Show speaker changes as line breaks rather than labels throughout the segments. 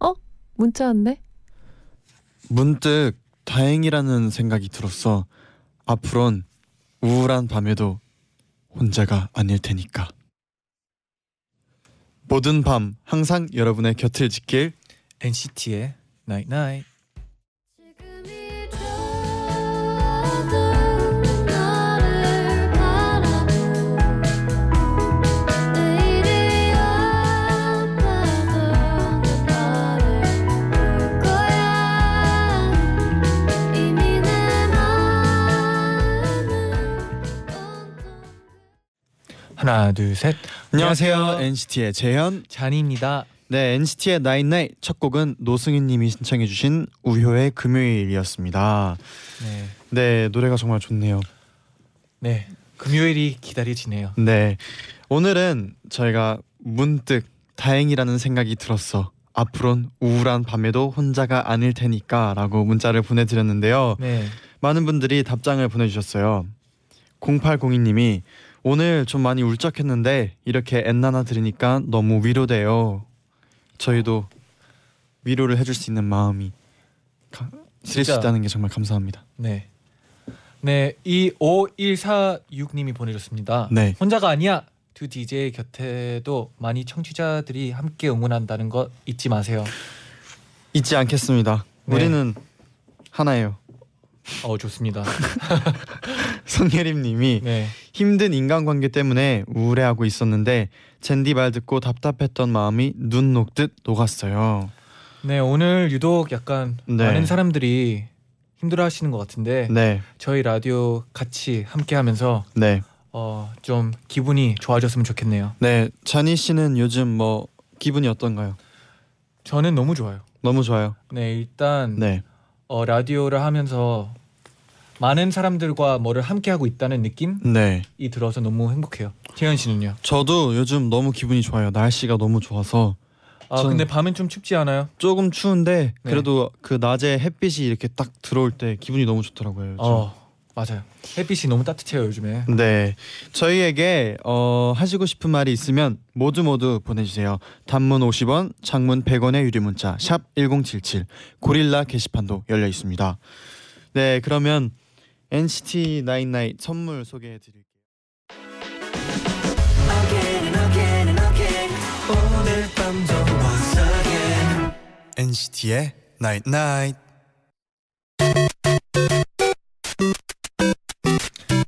어? 문자 왔네?
문득 다행이라는 생각이 들었어. 앞으론 우울한 밤에도 혼자가 아닐 테니까. 모든 밤 항상 여러분의 곁을 지킬
NCT의 Night Night.
지금이 좋아도 너를 바라도 내일이 아파도 너를 볼 거야 이미 내 마음은 온통
하나, 둘, 셋.
안녕하세요 NCT의 재현.
잔이입니다.
네 NCT의 나잇나잇 첫 곡은 노승윤님이 신청해주신 우효의 금요일이었습니다.
네.
네 노래가 정말 좋네요.
네. 금요일이 기다려지네요.
네 오늘은 저희가 문득 다행이라는 생각이 들었어 앞으론 우울한 밤에도 혼자가 아닐 테니까라고 문자를 보내드렸는데요
네.
많은 분들이 답장을 보내주셨어요 0802님이 오늘 좀 많이 울적했는데 이렇게 엔나나 들으니까 너무 위로돼요 저희도 위로를 해줄 수 있는 마음이 가, 드릴 수
진짜.
있다는 게 정말 감사합니다
네. 네, 이 5146님이 보내줬습니다.
네.
혼자가 아니야. 두 DJ 곁에도 많이 청취자들이 함께 응원한다는 것 잊지 마세요.
잊지 않겠습니다
네.
우리는 하나예요
어, 좋습니다.
손예림님이
네.
힘든 인간관계 때문에 우울해하고 있었는데 젠디 말 듣고 답답했던 마음이 눈 녹듯 녹았어요.
네, 오늘 유독 약간
네.
많은 사람들이 힘들어 하시는 것 같은데
네,
저희 라디오 같이 함께 하면서
네,
어, 좀 기분이 좋아졌으면 좋겠네요.
네. 자니 씨는 요즘 뭐 기분이 어떤가요?
저는 너무 좋아요.
너무 좋아요.
네, 일단
네,
어, 라디오를 하면서 많은 사람들과 뭐를 함께 하고 있다는 느낌이
네.
들어서 너무 행복해요. 재현 씨는요?
저도 요즘 너무 기분이 좋아요. 날씨가 너무 좋아서
아
저는-
근데 밤엔 좀 춥지 않아요?
조금 추운데
네.
그래도 그 낮에 햇빛이 이렇게 딱 들어올 때 기분이 너무 좋더라고요. 요즘.
어 맞아요. 햇빛이 너무 따뜻해요 요즘에.
네, 저희에게 어, 하시고 싶은 말이 있으면 모두 모두 보내주세요. 단문 50원, 장문 100원의 유리 문자 샵 #1077 고릴라 게시판도 열려 있습니다. 네, 그러면 NCT 99 선물 소개해 드릴게요.
Again and again and again 오늘 밤도 once again
NCT의 99.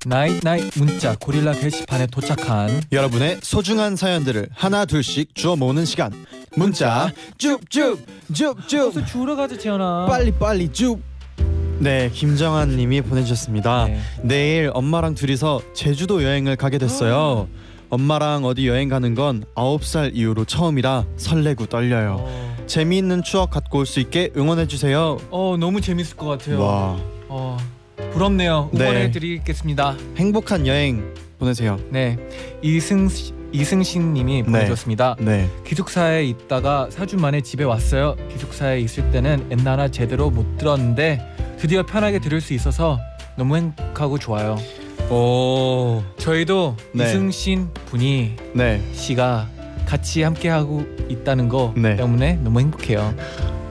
나이 나이 문자 고릴라 게시판에 도착한
여러분의 소중한 사연들을 하나 둘씩 주워 모으는 시간. 문자 쭉쭉 쭉쭉
주러 가자 재현아.
빨리 빨리 쭉. 네, 김정한님이 보내주셨습니다.
네.
내일 엄마랑 둘이서 제주도 여행을 가게 됐어요. 엄마랑 어디 여행 가는 건 9살 이후로 처음이라 설레고 떨려요.
어,
재미있는 추억 갖고 올 수 있게 응원해 주세요.
어, 너무 재밌을 것 같아요.
와,
어 부럽네요.
네.
응원해 드리겠습니다.
행복한 여행 보내세요.
네 이승 이승신님이 보내주셨습니다.
네.
기숙사에 있다가 4주 만에 집에 왔어요. 기숙사에 있을 때는 엔나나 제대로 못 들었는데 드디어 편하게 들을 수 있어서 너무 행복하고 좋아요.
오.
저희도
네.
이승신 분이
네.
씨가 같이 함께 하고 있다는 거
네.
때문에 너무 행복해요.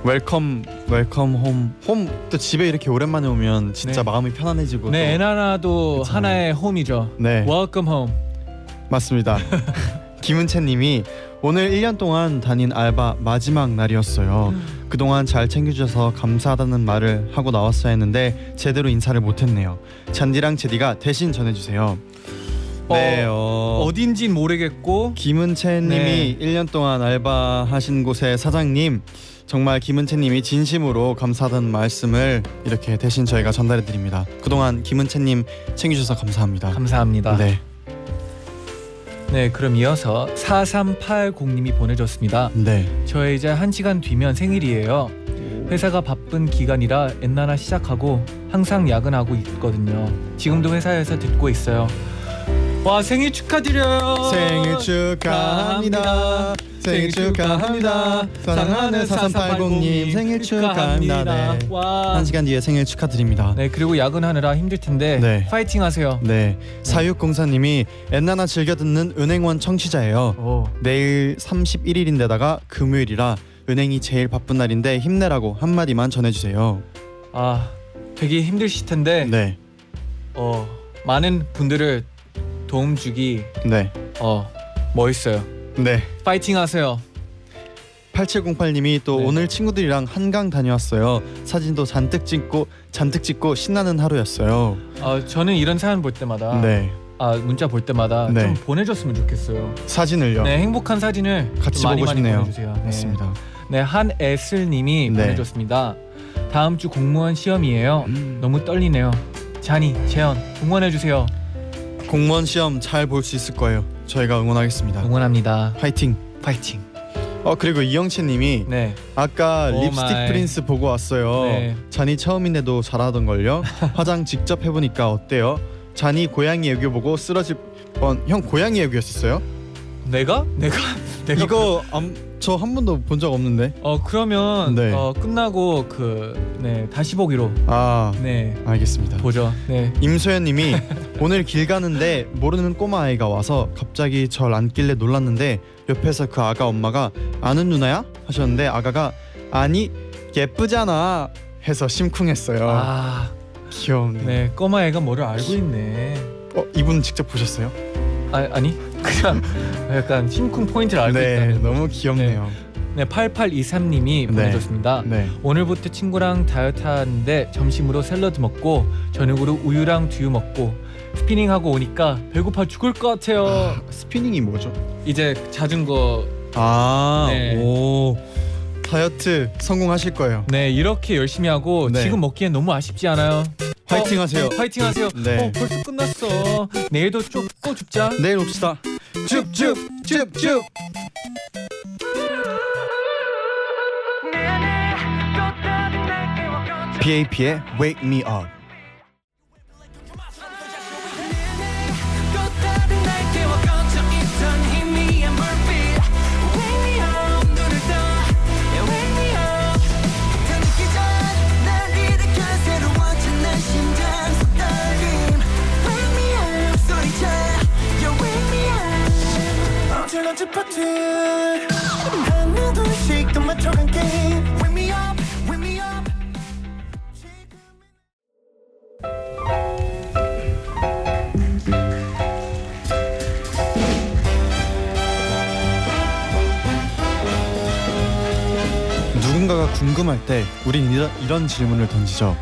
웰컴 웰컴 홈. 홈 또 집에 이렇게 오랜만에 오면 진짜
네.
마음이 편안해지고.
네,
또-
엔나나도
그쵸.
하나의 홈이죠.
네.
Welcome home.
맞습니다. 김은채 님이 오늘 1년 동안 다닌 알바 마지막 날이었어요. 그동안 잘 챙겨주셔서 감사하다는 말을 하고 나왔어야 했는데 제대로 인사를 못했네요. 잔디랑 제디가 대신 전해주세요. 네, 어, 네.
어딘진 모르겠고
김은채 님이 1년 동안 알바하신 곳의 사장님 정말 김은채 님이 진심으로 감사하다는 말씀을 이렇게 대신 저희가 전달해드립니다. 그동안 김은채 님 챙겨주셔서 감사합니다.
감사합니다.
네.
네, 그럼 이어서 4380님이 보내줬습니다.
네.
저 이제 한 시간 뒤면 생일이에요. 회사가 바쁜 기간이라 엔나나 시작하고 항상 야근하고 있거든요. 지금도 회사에서 듣고 있어요. 와 생일 축하드려요.
생일 축하합니다. 생일 축하합니다. 사랑하는 4380님 생일 축하합니다. 네.
와.
한 시간 뒤에 생일 축하드립니다.
네 그리고 야근하느라 힘들 텐데
네.
파이팅 하세요.
네. 사육공사님이 엔나나 즐겨 듣는 은행원 청취자예요.
오.
내일 31일인데다가 금요일이라 은행이 제일 바쁜 날인데 힘내라고 한마디만 전해주세요.
아 되게 힘드실 텐데
네,
어 많은 분들을 도움 주기
네,
어 멋있어요.
네.
파이팅 하세요.
8708님이 또
네.
오늘 친구들이랑 한강 다녀왔어요. 사진도 잔뜩 찍고 잔뜩 찍고 신나는 하루였어요.
어, 저는 이런 사연 볼 때마다
네,
아 문자 볼 때마다
네.
좀 보내줬으면 좋겠어요.
사진을요.
네 행복한 사진을
같이
좀 많이
보고
많이
싶네요.
보내주세요. 네.
맞습니다.
네 한애슬님이
네.
보내줬습니다. 다음 주 공무원 시험이에요.
음.
너무 떨리네요. 잔이 재현 응원해 주세요.
공무원 시험 잘 볼 수 있을 거예요. 저희가 응원하겠습니다.
응원합니다.
파이팅.
파이팅.
어 그리고 이영채님이
네.
아까
오
립스틱
마이.
프린스 보고 왔어요.
네.
잔이 처음인데도 잘하던 걸요. 화장 직접 해보니까 어때요? 잔이 고양이 애교 보고 쓰러질 뻔형 고양이 애교였었어요?
내가 내가 내가
이거 저 한 번도 본 적 없는데.
어 그러면
네.
어 끝나고 그네 다시 보기로
아
네
알겠습니다.
보죠. 네.
임소연님이 오늘 길 가는데 모르는 꼬마 아이가 와서 갑자기 절 안길래 놀랐는데 옆에서 그 아가 엄마가 아는 누나야 하셨는데 아가가 아니 예쁘잖아 해서 심쿵했어요.
아
귀엽네.
네 꼬마 애가 뭐를 알고 있네.
어 이분 직접 보셨어요?
아 아니 그냥 약간 심쿵 포인트를 알고
네,
있다.
너무 귀엽네요.
네 8823님이
네.
보내줬습니다.
네.
오늘부터 친구랑 다이어트 하는데 점심으로 샐러드 먹고 저녁으로 우유랑 두유 먹고 스피닝 하고 오니까 배고파 죽을 것 같아요.
아, 스피닝이 뭐죠?
이제 자전거
아,
네.
오. 다이어트 성공하실 거예요.
네 이렇게 열심히 하고
네.
지금 먹기엔 너무 아쉽지 않아요.
화이팅
어,
하세요.
화이팅 하세요.
네.
어 벌써 끝났어. 내일도 쭉또 죽자.
내일 옵시다.
쭉쭉 쭉쭉.
BAP의 Wake Me Up.
또 다른 날 깨워 꺼져 있던 희미한 불빛 Wake me up 눈을 떠 Yeah, Wake me up 더 늦기 전날 일으켜 새로워진 내 심장 속 떨림 Wake me up 소리쳐 Yeah, wake me up 언제 런지 파티 하나 둘씩 또 맞춰간 게임 Wake me up, wake me up
누군가가 궁금할 때 우린 이런, 이런 질문을 던지죠.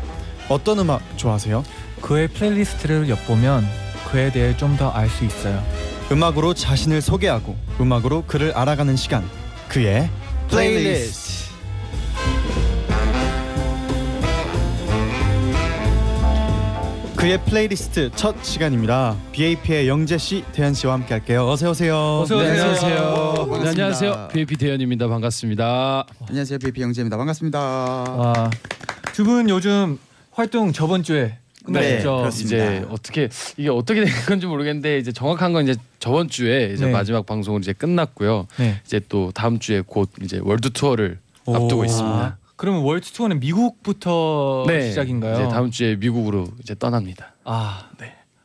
어떤 음악 좋아하세요?
그의 플레이리스트를 엿보면 그에 대해 좀 더 알 수 있어요.
음악으로 자신을 소개하고 음악으로 그를 알아가는 시간. 그의 플레이리스트. 그의 플레이리스트 첫 시간입니다. BAP의 영재 씨, 대현 씨와 함께 할게요. 어서 오세요.
어서 오세요.
네, 안녕하세요. VIP 대현입니다. 반갑습니다.
안녕하세요. 비비 영재입니다. 반갑습니다.
아, 두 분 요즘 활동 저번 주에 네, 끝났죠.
그렇습니다.
이제 어떻게 이게 어떻게 된 건지 모르겠는데 이제 정확한 건 이제 저번 주에 이제
네.
마지막 방송으로 이제 끝났고요.
네.
이제 또 다음 주에 곧 이제 월드 투어를
오.
앞두고 있습니다. 네.
아, 그러면 월드 투어는 미국부터 아, 네. 시작인가요?
이제 다음 주에 미국으로 이제 떠납니다.
아,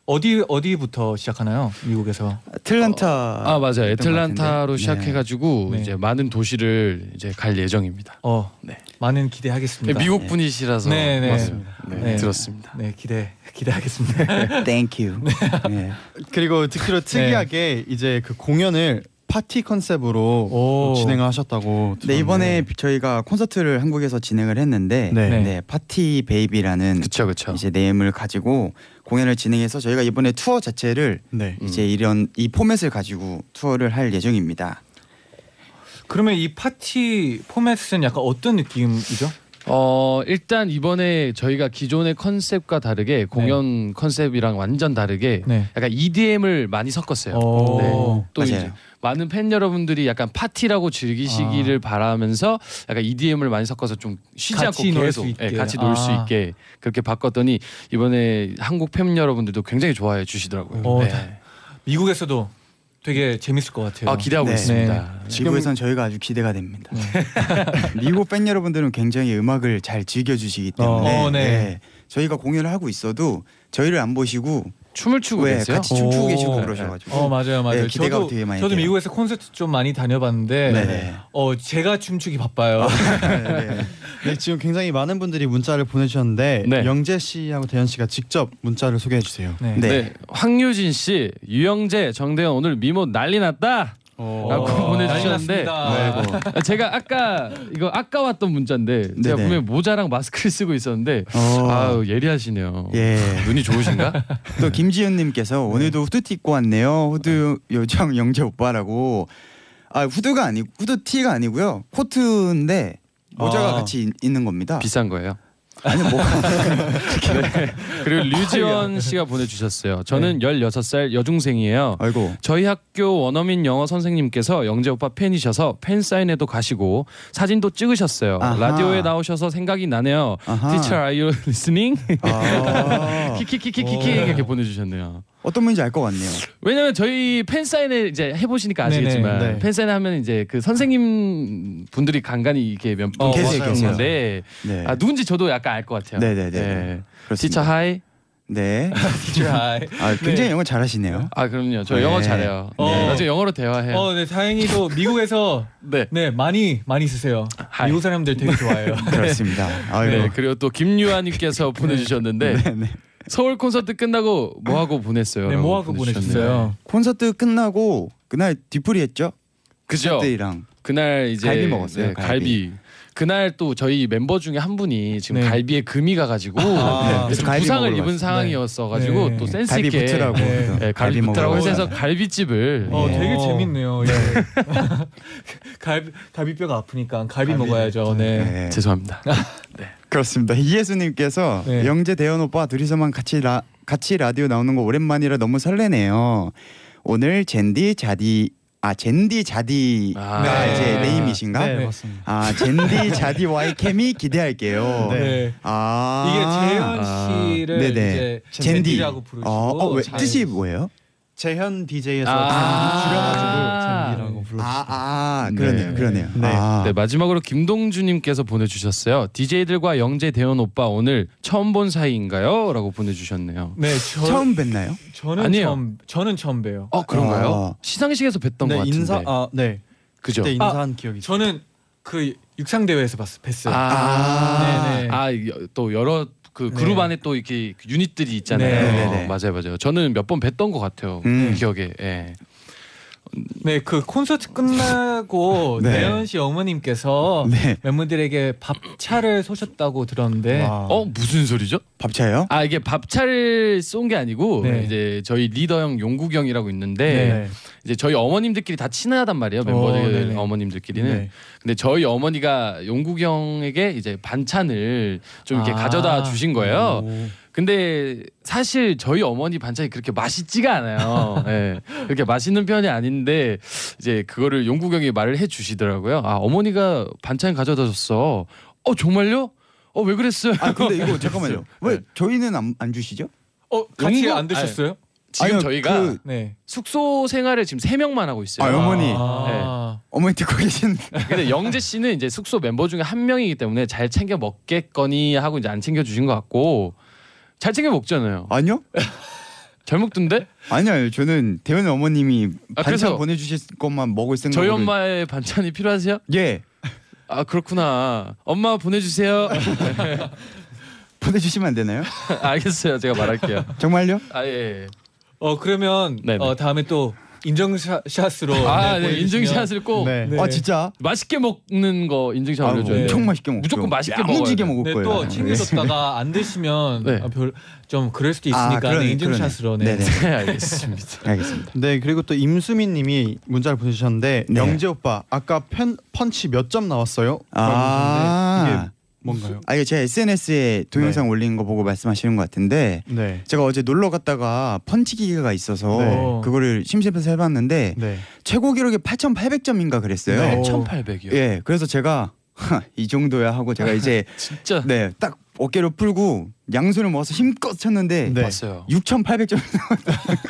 어디 어디부터 시작하나요? 미국에서.
애틀란타.
아 맞아요.
했던 것
애틀란타로
같은데.
시작해가지고
네.
이제 많은 도시를 이제 갈 예정입니다.
어,
네.
많은 기대하겠습니다.
미국 분이시라서
네, 네.
맞습니다. 네,
네.
들었습니다.
네, 기대 기대하겠습니다.
네. Thank you. 네.
그리고 듣기로 특이하게 이제 그 공연을 파티 컨셉으로
오.
진행하셨다고.
네 이번에 저희가 콘서트를 한국에서 진행을 했는데
네.
네, 파티 베이비라는
그쵸 그쵸.
이제 네임을 가지고 공연을 진행해서 저희가 이번에 투어 자체를
네.
음.
이제 이런 이 포맷을 가지고 투어를 할 예정입니다.
그러면 이 파티 포맷은 약간 어떤 느낌이죠?
어 일단 이번에 저희가 기존의 컨셉과 다르게 공연 컨셉이랑 완전 다르게
네.
약간 EDM을 많이 섞었어요.
오.
네. 또 이제
맞아요.
많은 팬 여러분들이 약간 파티라고 즐기시기를 바라면서 약간 EDM을 많이 섞어서 좀 쉬지
아. 같이
않고
놀
계속
수 있게.
예, 같이 놀 수
아.
있게 그렇게 바꿨더니 이번에 한국 팬 여러분들도 굉장히 좋아해 주시더라고요.
어,
네.
미국에서도 되게 재밌을 것 같아요.
아 기대하고
네.
있습니다.
미국에선 저희가 아주 기대가 됩니다.
네.
미국 팬 여러분들은 굉장히 음악을 잘 즐겨주시기 때문에
어, 네.
네, 저희가 공연을 하고 있어도 저희를 안 보시고
춤을 추고
왜
계세요?
같이 춤추고
오.
계시고
네.
그러셔가지고
어 맞아요 맞아요.
네, 기대가
저도
되게 많이
저도
돼요.
미국에서 콘서트 좀 많이 다녀봤는데
네네. 아,
어 제가 춤추기 바빠요.
네.
네, 지금 굉장히 많은 분들이 문자를 보내주셨는데
네.
영재 씨하고 대현 씨가 직접 문자를 소개해 주세요.
네.
네.
네. 황유진 씨, 유영재, 정대현 오늘 미모 난리 났다. 라고
어, 난리
보내주셨는데
났습니다.
아이고.
제가 아까 이거 아까 왔던 문자인데 제가
네네.
분명 히 모자랑 마스크를 쓰고 있었는데
어,
아유 예리하시네요. 네.
예.
눈이 좋으신가?
또 김지윤님께서 오늘도 후드티 입고 왔네요. 후드 요정 영재 오빠라고. 아 후드가 아니 후드티가 아니고요 코트인데 모자가
아.
같이 있- 있는 겁니다.
비싼 거예요. 네.
아니 뭐
그리고 류지원 씨가 보내주셨어요. 저는
네.
16살 여중생이에요.
아이고
저희 학교 원어민 영어 선생님께서 영재 오빠 팬이셔서 팬 사인회도 가시고 사진도 찍으셨어요.
아하.
라디오에 나오셔서 생각이 나네요.
아하.
Teacher, are you listening?
아,
키키키키키키 이렇게 보내주셨네요.
어떤 분인지 알 것 같네요.
왜냐면 저희 팬 사인회 이제 해보시니까
네네,
아시겠지만
네.
팬 사인회 하면 이제 그 선생님 분들이 간간히 이렇게 몇분
어,
계세요, 계세요.
계시는데
네.
아 누군지 저도 약간 알 것 같아요.
네네네.
티처 하이.
네.
드라이.
아 굉장히
네.
영어 잘하시네요.
아 그럼요. 저
네.
영어 잘해요.
어.
네. 나중에 영어로 대화해요.
어, 네, 다행히도 미국에서
네.
네 많이 많이 쓰세요.
아,
하이.
미국 사람들 되게 좋아해요.
그렇습니다.
네,
아이고.
그리고 또 김유아님께서 보내주셨는데
네, 네.
서울 콘서트 끝나고 뭐 하고 보냈어요?
네,
라고
뭐하고
보내주셨네요.
보내셨어요?
콘서트 끝나고 그날 뒤풀이 했죠?
그죠?
팬들이랑.
그날 이제
갈비 먹었어요,
네, 갈비. 그날 또 저희 멤버 중에 한 분이 지금
네.
갈비에 금이 가가지고
네.
좀
아, 그래서 갈비
부상을
먹으러
입은
갔어요.
상황이었어고
네.
또 센스
갈비
있게
붙으라고.
네.
그래서
네, 갈비 붙으라고
먹으러
해서
갔어요.
갈비집을
어,
네.
되게
어.
재밌네요. 이거. 갈비 갈비뼈가 아프니까 갈비, 먹어야죠. 네.
네.
죄송합니다.
그렇습니다. 이예수님께서
네.
영재 대현 오빠 둘이서만 같이 라 같이 라디오 나오는 거 오랜만이라 너무 설레네요. 오늘 젠디 자디 아 젠디 자디가
아, 네.
이제 네임이신가?
네, 맞습니다.
아 젠디 자디와의 케미 기대할게요.
네.
아
이게 재현
아.
씨를
네네.
이제
젠디.
젠디라고 부르시고
어, 어, 왜,
잘-
뜻이 뭐예요?
재현 DJ에서
아.
줄여가지고 잼디라고 불러.
아,
아,
아, 그러네요,
네.
그러네요.
네.
아,
네, 마지막으로 김동주님께서 보내주셨어요. DJ들과 영재 대현 오빠 오늘 처음 본 사이인가요? 라고 보내주셨네요.
네, 저,
처음 뵀나요?
저는
아니에요.
처음 저는 처음 봬요.
어 그런가요?
아.
시상식에서 뵀던 것
네
같은데.
인사 아 네.
그죠? 아,
그때 인사한 기억이 있어요.
저는 그 육상 대회에서 봤어 뵀어요.
아,
아, 네네.
아, 여- 또 여러 그 그룹
네.
안에 또 이렇게 유닛들이 있잖아요.
네.
어,
네네.
맞아요, 맞아요. 저는 몇 번 뵀던 것 같아요.
음.
기억에. 예.
네, 그 콘서트 끝나고
네.
대현 씨 어머님께서
네.
멤버들에게 밥차를 쏘셨다고 들었는데
아,
와.
어 무슨 소리죠?
밥차요?
아 이게 밥차를 쏜 게 아니고
네.
이제 저희 리더 형 용국 형이라고 있는데
네.
이제 저희 어머님들끼리 다 친하단 말이에요.
어,
멤버들
네네.
어머님들끼리는.
네.
근데 저희 어머니가 용국 형에게 이제 반찬을 좀 이렇게
아.
가져다 주신 거예요.
오.
근데 사실 저희 어머니 반찬이 그렇게 맛있지가 않아요. 예. 그렇게 맛있는 편이 아닌데 이제 그거를 용국 형이 말을 해 주시더라고요. 아 어머니가 반찬 가져다 줬어. 어 정말요? 어 왜 그랬어요?
아, 근데 이거 잠깐만요. 왜
네.
저희는 안, 안 주시죠?
어, 같이
용구?
안 드셨어요?
지금
아니요,
저희가
그-
네.
숙소 생활을 지금 세 명만 하고 있어요.
아, 어머니.
네.
아.
어머니 듣고 계신
근데 영재 씨는 이제 숙소 멤버 중에 한 명이기 때문에 잘 챙겨 먹겠거니 하고 이제 안 챙겨 주신 것 같고 잘 챙겨 먹잖아요.
아니요?
잘 먹던데?
음,
아니요, 저는 대현 어머님이
아,
반찬
그래서-
보내주실 것만 먹을 생각으로.
저희 엄마의 반찬이 필요하세요?
예,
아 그렇구나. 엄마 보내주세요.
보내주시면 안 되나요?
알겠어요. 제가 말할게요.
정말요?
아 예.
어, 그러면
네네.
어, 다음에 또 인증샷으로
예. 아
네,
네,
보여주시면.
인증샷을 꼭
네.
네.
아 진짜?
맛있게 먹는 거 인증샷
아,
올려줘요.
엄청
네.
맛있게 먹죠.
무조건 맛있게
야무지게
먹어야
네,
먹을 거예요.
또
나는.
챙겨줬다가 안 드시면
네.
아, 별 좀 그럴 수도
아,
있으니까
그러네,
네, 인증샷으로 네.
그러네. 네네.
네 알겠습니다.
알겠습니다.
네 그리고 또 임수민님이 문자를 보내주셨는데
네.
영재 오빠 아까 편 펀치 몇 점 나왔어요?
아.
라고 하셨는데 이게 뭔가요?
아 이게 제 SNS에 동영상 올린 거 보고 말씀하시는 것 같은데
네.
제가 어제 놀러 갔다가 펀치기가 있어서
네.
그거를 심심해서 해봤는데
네.
최고 기록이 8,800점인가 그랬어요.
네.
8,800이요.
예, 그래서 제가 이 정도야 하고 제가 이제
진짜
네 딱 어깨를 풀고 양손을 모아서 힘껏 쳤는데
네.
봤어요.
6,800점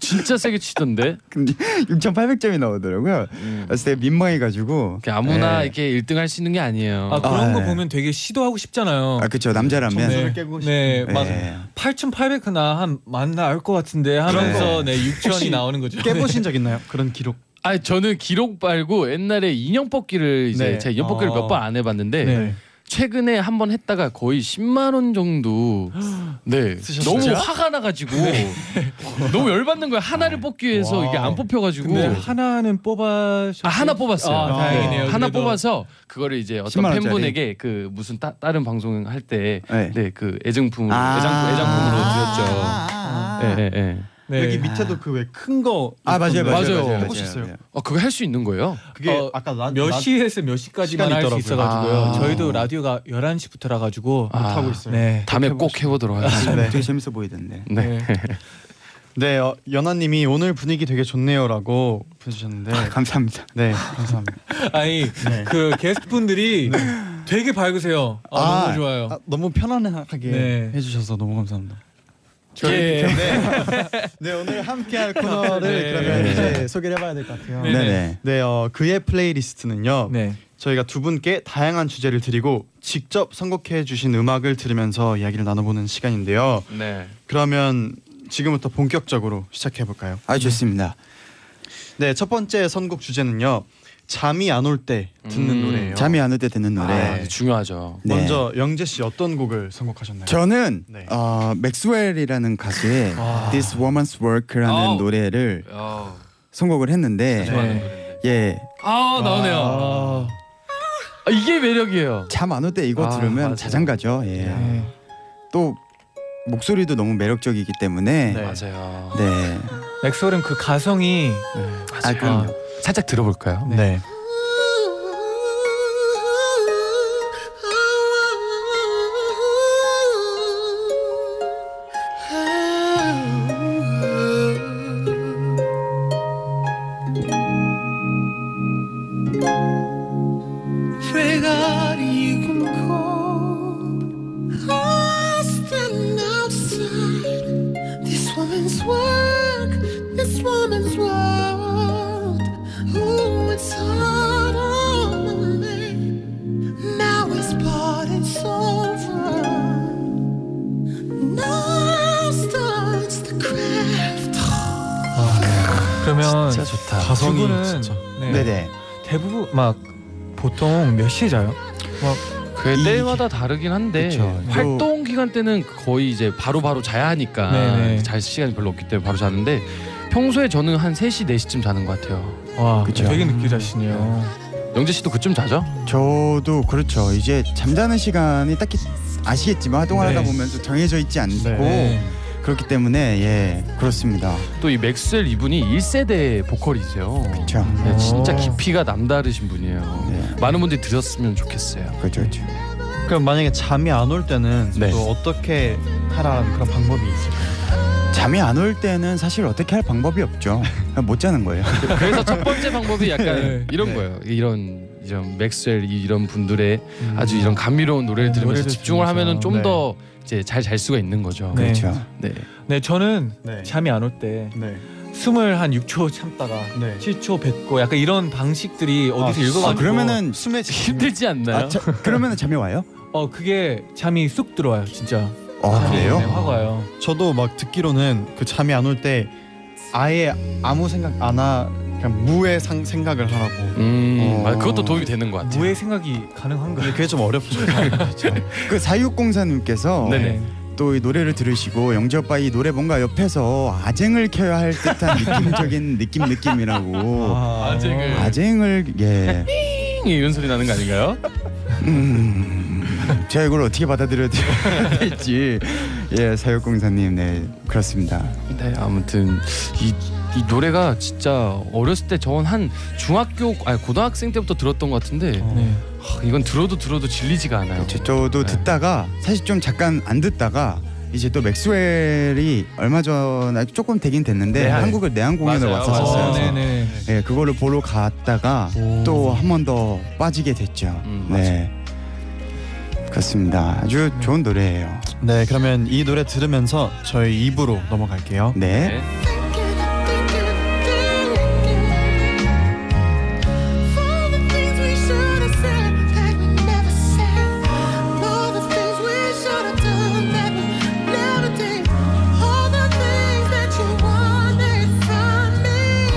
진짜 세게 치던데. 음.
6,800점이 나오더라고요. 그래서 되게 민망해가지고
이렇게
네.
아무나
예.
이렇게 1등 할 수 있는 게 아니에요.
아 그런
아,
거
네.
보면 되게 시도하고 싶잖아요.
아 그쵸 남자라면
네,
깨고
네, 막
예.
8,800나 한 만나 알 것 같은데 하면서 네, 6천이
혹시
나오는 거죠. 네.
깨보신 적 있나요? 그런 기록.
아 저는 기록 말고 옛날에 인형 뽑기를 이제
네.
제가 인형 뽑기를
어.
몇 번 안 해봤는데
네.
최근에 한 번 했다가 거의 10만 원 정도 네
쓰셨어요?
너무
진짜?
화가 나가지고 너무 열받는 거야 하나를 뽑기 위해서
와우.
이게 안 뽑혀가지고
근데 하나는 뽑아셨.
아 하나 뽑았어요
아, 다행이네요.
하나
그래도.
뽑아서 그거를 이제
10만
어떤
원짜리?
팬분에게 그 무슨 따, 다른 방송 할때
네.
네, 그 애정품으로
아.
애장, 애장품으로 드렸죠.
아, 아, 아.
예, 예, 예.
네.
여기 밑에도 그 왜 큰 거.
아 맞아요,
있던데.
맞아요,
맞아요.
맞아요.
해보셨어요?
맞아요.
어, 그거 할 수 있는 거예요?
그게
어,
아까 나,
몇
나-
시에서 몇 시까지만
시간이
할 수
있더라고요.
있어가지고요.
아.
저희도 라디오가 11시부터라 가지고
아.
하고 있어요.
네.
다음에 꼭 해보도록 하겠습니다.
네. 되게 재밌어 보이던데.
네.
네, 어, 연아님이 오늘 분위기 되게 좋네요라고 보내주셨는데,
감사합니다.
네, 감사합니다.
아니
네.
그 게스트분들이 되게 밝으세요. 아, 너무 좋아요.
아, 너무 편안하게
네.
해주셔서 너무 감사합니다.
예.
네, 오늘 함께할 코너를
네.
그러면
네.
이제 소개를 해봐야 될 것 같아요.
네.
네,
네네.
어, 그의 플레이리스트는요.
네.
저희가 두 분께 다양한 주제를 드리고 직접 선곡해 주신 음악을 들으면서 이야기를 나눠보는 시간인데요.
네.
그러면 지금부터 본격적으로 시작해 볼까요?
아 좋습니다.
네, 첫 번째 선곡 주제는요. 잠이 안 올 때 듣는
음,
노래예요.
잠이 안 올 때 듣는 노래.
아, 이거 중요하죠.
네.
네. 먼저 영재 씨 어떤 곡을 선곡하셨나요?
저는
네.
어, 맥스웰이라는 가수의 This Woman's Work라는
아우.
노래를
어,
선곡을 했는데
네.
예.
아, 나오네요.
아,
아, 이게 매력이에요.
잠 안 올 때 이거
아,
들으면
맞아요.
자장가죠. 예.
네.
또 목소리도 너무 매력적이기
네.
때문에 네.
맞아요.
엑소는 그 가성이
아 그럼요.
살짝 들어볼까요?
네. 네.
배가리 굶고 I stand outside This woman's work This woman's world Ooh, it's hard on the man Now it's part and over Now starts the craft
아, 그러면
진짜 좋다.
가성이
두 분은
진짜.
네.
네네.
대부분 막 보통 몇 시에 자요?
그 때마다 다르긴 한데
그쵸.
활동 기간 때는 거의 이제 바로 바로 자야 하니까
네네.
잘 시간이 별로 없기 때문에 바로 자는데 평소에 저는 한 3시 4시쯤 자는 것 같아요.
와,
그쵸.
되게 늦게 자시네요.
음.
영재 씨도 그쯤 자죠?
저도 그렇죠. 이제 잠자는 시간이 딱히 아시겠지만 활동하다
네.
보면 좀 정해져 있지 않고
네.
그렇기 때문에 예 그렇습니다.
또 이 맥스웰 이분이 1세대 보컬이세요.
그렇죠.
네, 진짜
오.
깊이가 남다르신 분이에요.
네.
많은 분들이 들었으면 좋겠어요.
그렇죠, 그렇죠.
그럼 만약에 잠이 안 올 때는
네.
또 어떻게 하라는 그런 방법이 있을까요?
잠이 안 올 때는 사실 어떻게 할 방법이 없죠. 그냥 못 자는 거예요.
네. 그래서 첫 번째 방법이 약간
네.
이런 거예요. 이런 이런 맥스웰 이- 이런 분들의 아주 이런 감미로운 노래를
음. 네,
들으면서
노래를
집중을
들으면서.
하면은
네.
좀 더 이제 잘 잘 수가 있는 거죠.
네.
그렇죠.
네.
네, 저는
네.
잠이 안 올 때
네.
숨을 한 6초 참다가
네.
7초 뱉고 약간 이런 방식들이 어디서
아,
읽어가지고
아 그러면은
숨에 집-
힘들지 않나요?
아, 자, 그러면은 잠이 와요?
어 그게 잠이 쑥 들어와요 진짜
아 그래요?
네, 확 와요
저도 막 듣기로는 그 잠이 안 올 때 아예 아무 생각 안 하, 그냥 무의 상, 생각을 하라고.
음,
어.
아, 그것도 도움이 되는 것 같아요.
무의 생각이 가능한가요?
근데 그게 좀 어렵죠.
그렇죠.
그 사육공사님께서
네네.
또 이 노래를 들으시고 영재 오빠 이 노래 뭔가 옆에서 아쟁을 켜야 할 듯한 느낌적인 느낌 느낌이라고
아,
네.
아쟁을.
아쟁을 예
띵! 이런 소리 나는 거 아닌가요?
음, 제가 이걸 어떻게 받아들여야 될지 예 사육공사님 네 그렇습니다
네, 아무튼 이 이 노래가 진짜 어렸을 때 저는 한 중학교 아니 고등학생 때부터 들었던 것 같은데
네.
하, 이건 들어도 들어도 질리지가 않아요.
저- 저도
네.
듣다가 사실 좀 잠깐 안 듣다가 이제 또 맥스웰이 얼마 전에 조금 되긴 됐는데
내한.
한국을 내한 공연을
네. 맞아요.
왔었어요.
어,
맞아요.
그래서
네네.
예, 그거를 보러 갔다가 또 한 번 더 빠지게 됐죠.
음,
네. 그렇습니다. 아주 좋은 노래예요.
네, 그러면 이 노래 들으면서 저희 2부로 넘어갈게요.
네.
네.
Thank you, thank you, thank you for the things we should have said that we never said, all the things we should have done that we never did, all the things that you wanted from me,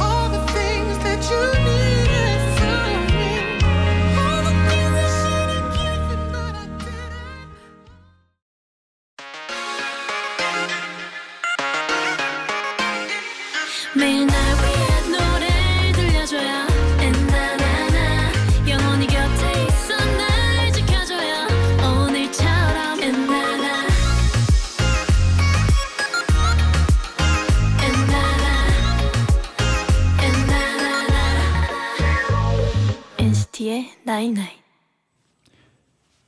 all the things that you needed from me, all the things I should have given but I didn't. 매일 날 위한 노래를 들려줘요 엔나나나 영원히 곁에 있어 날 지켜줘요 오늘처럼 엔나나 엔나나 엔나나나 NCT의 나잇나잇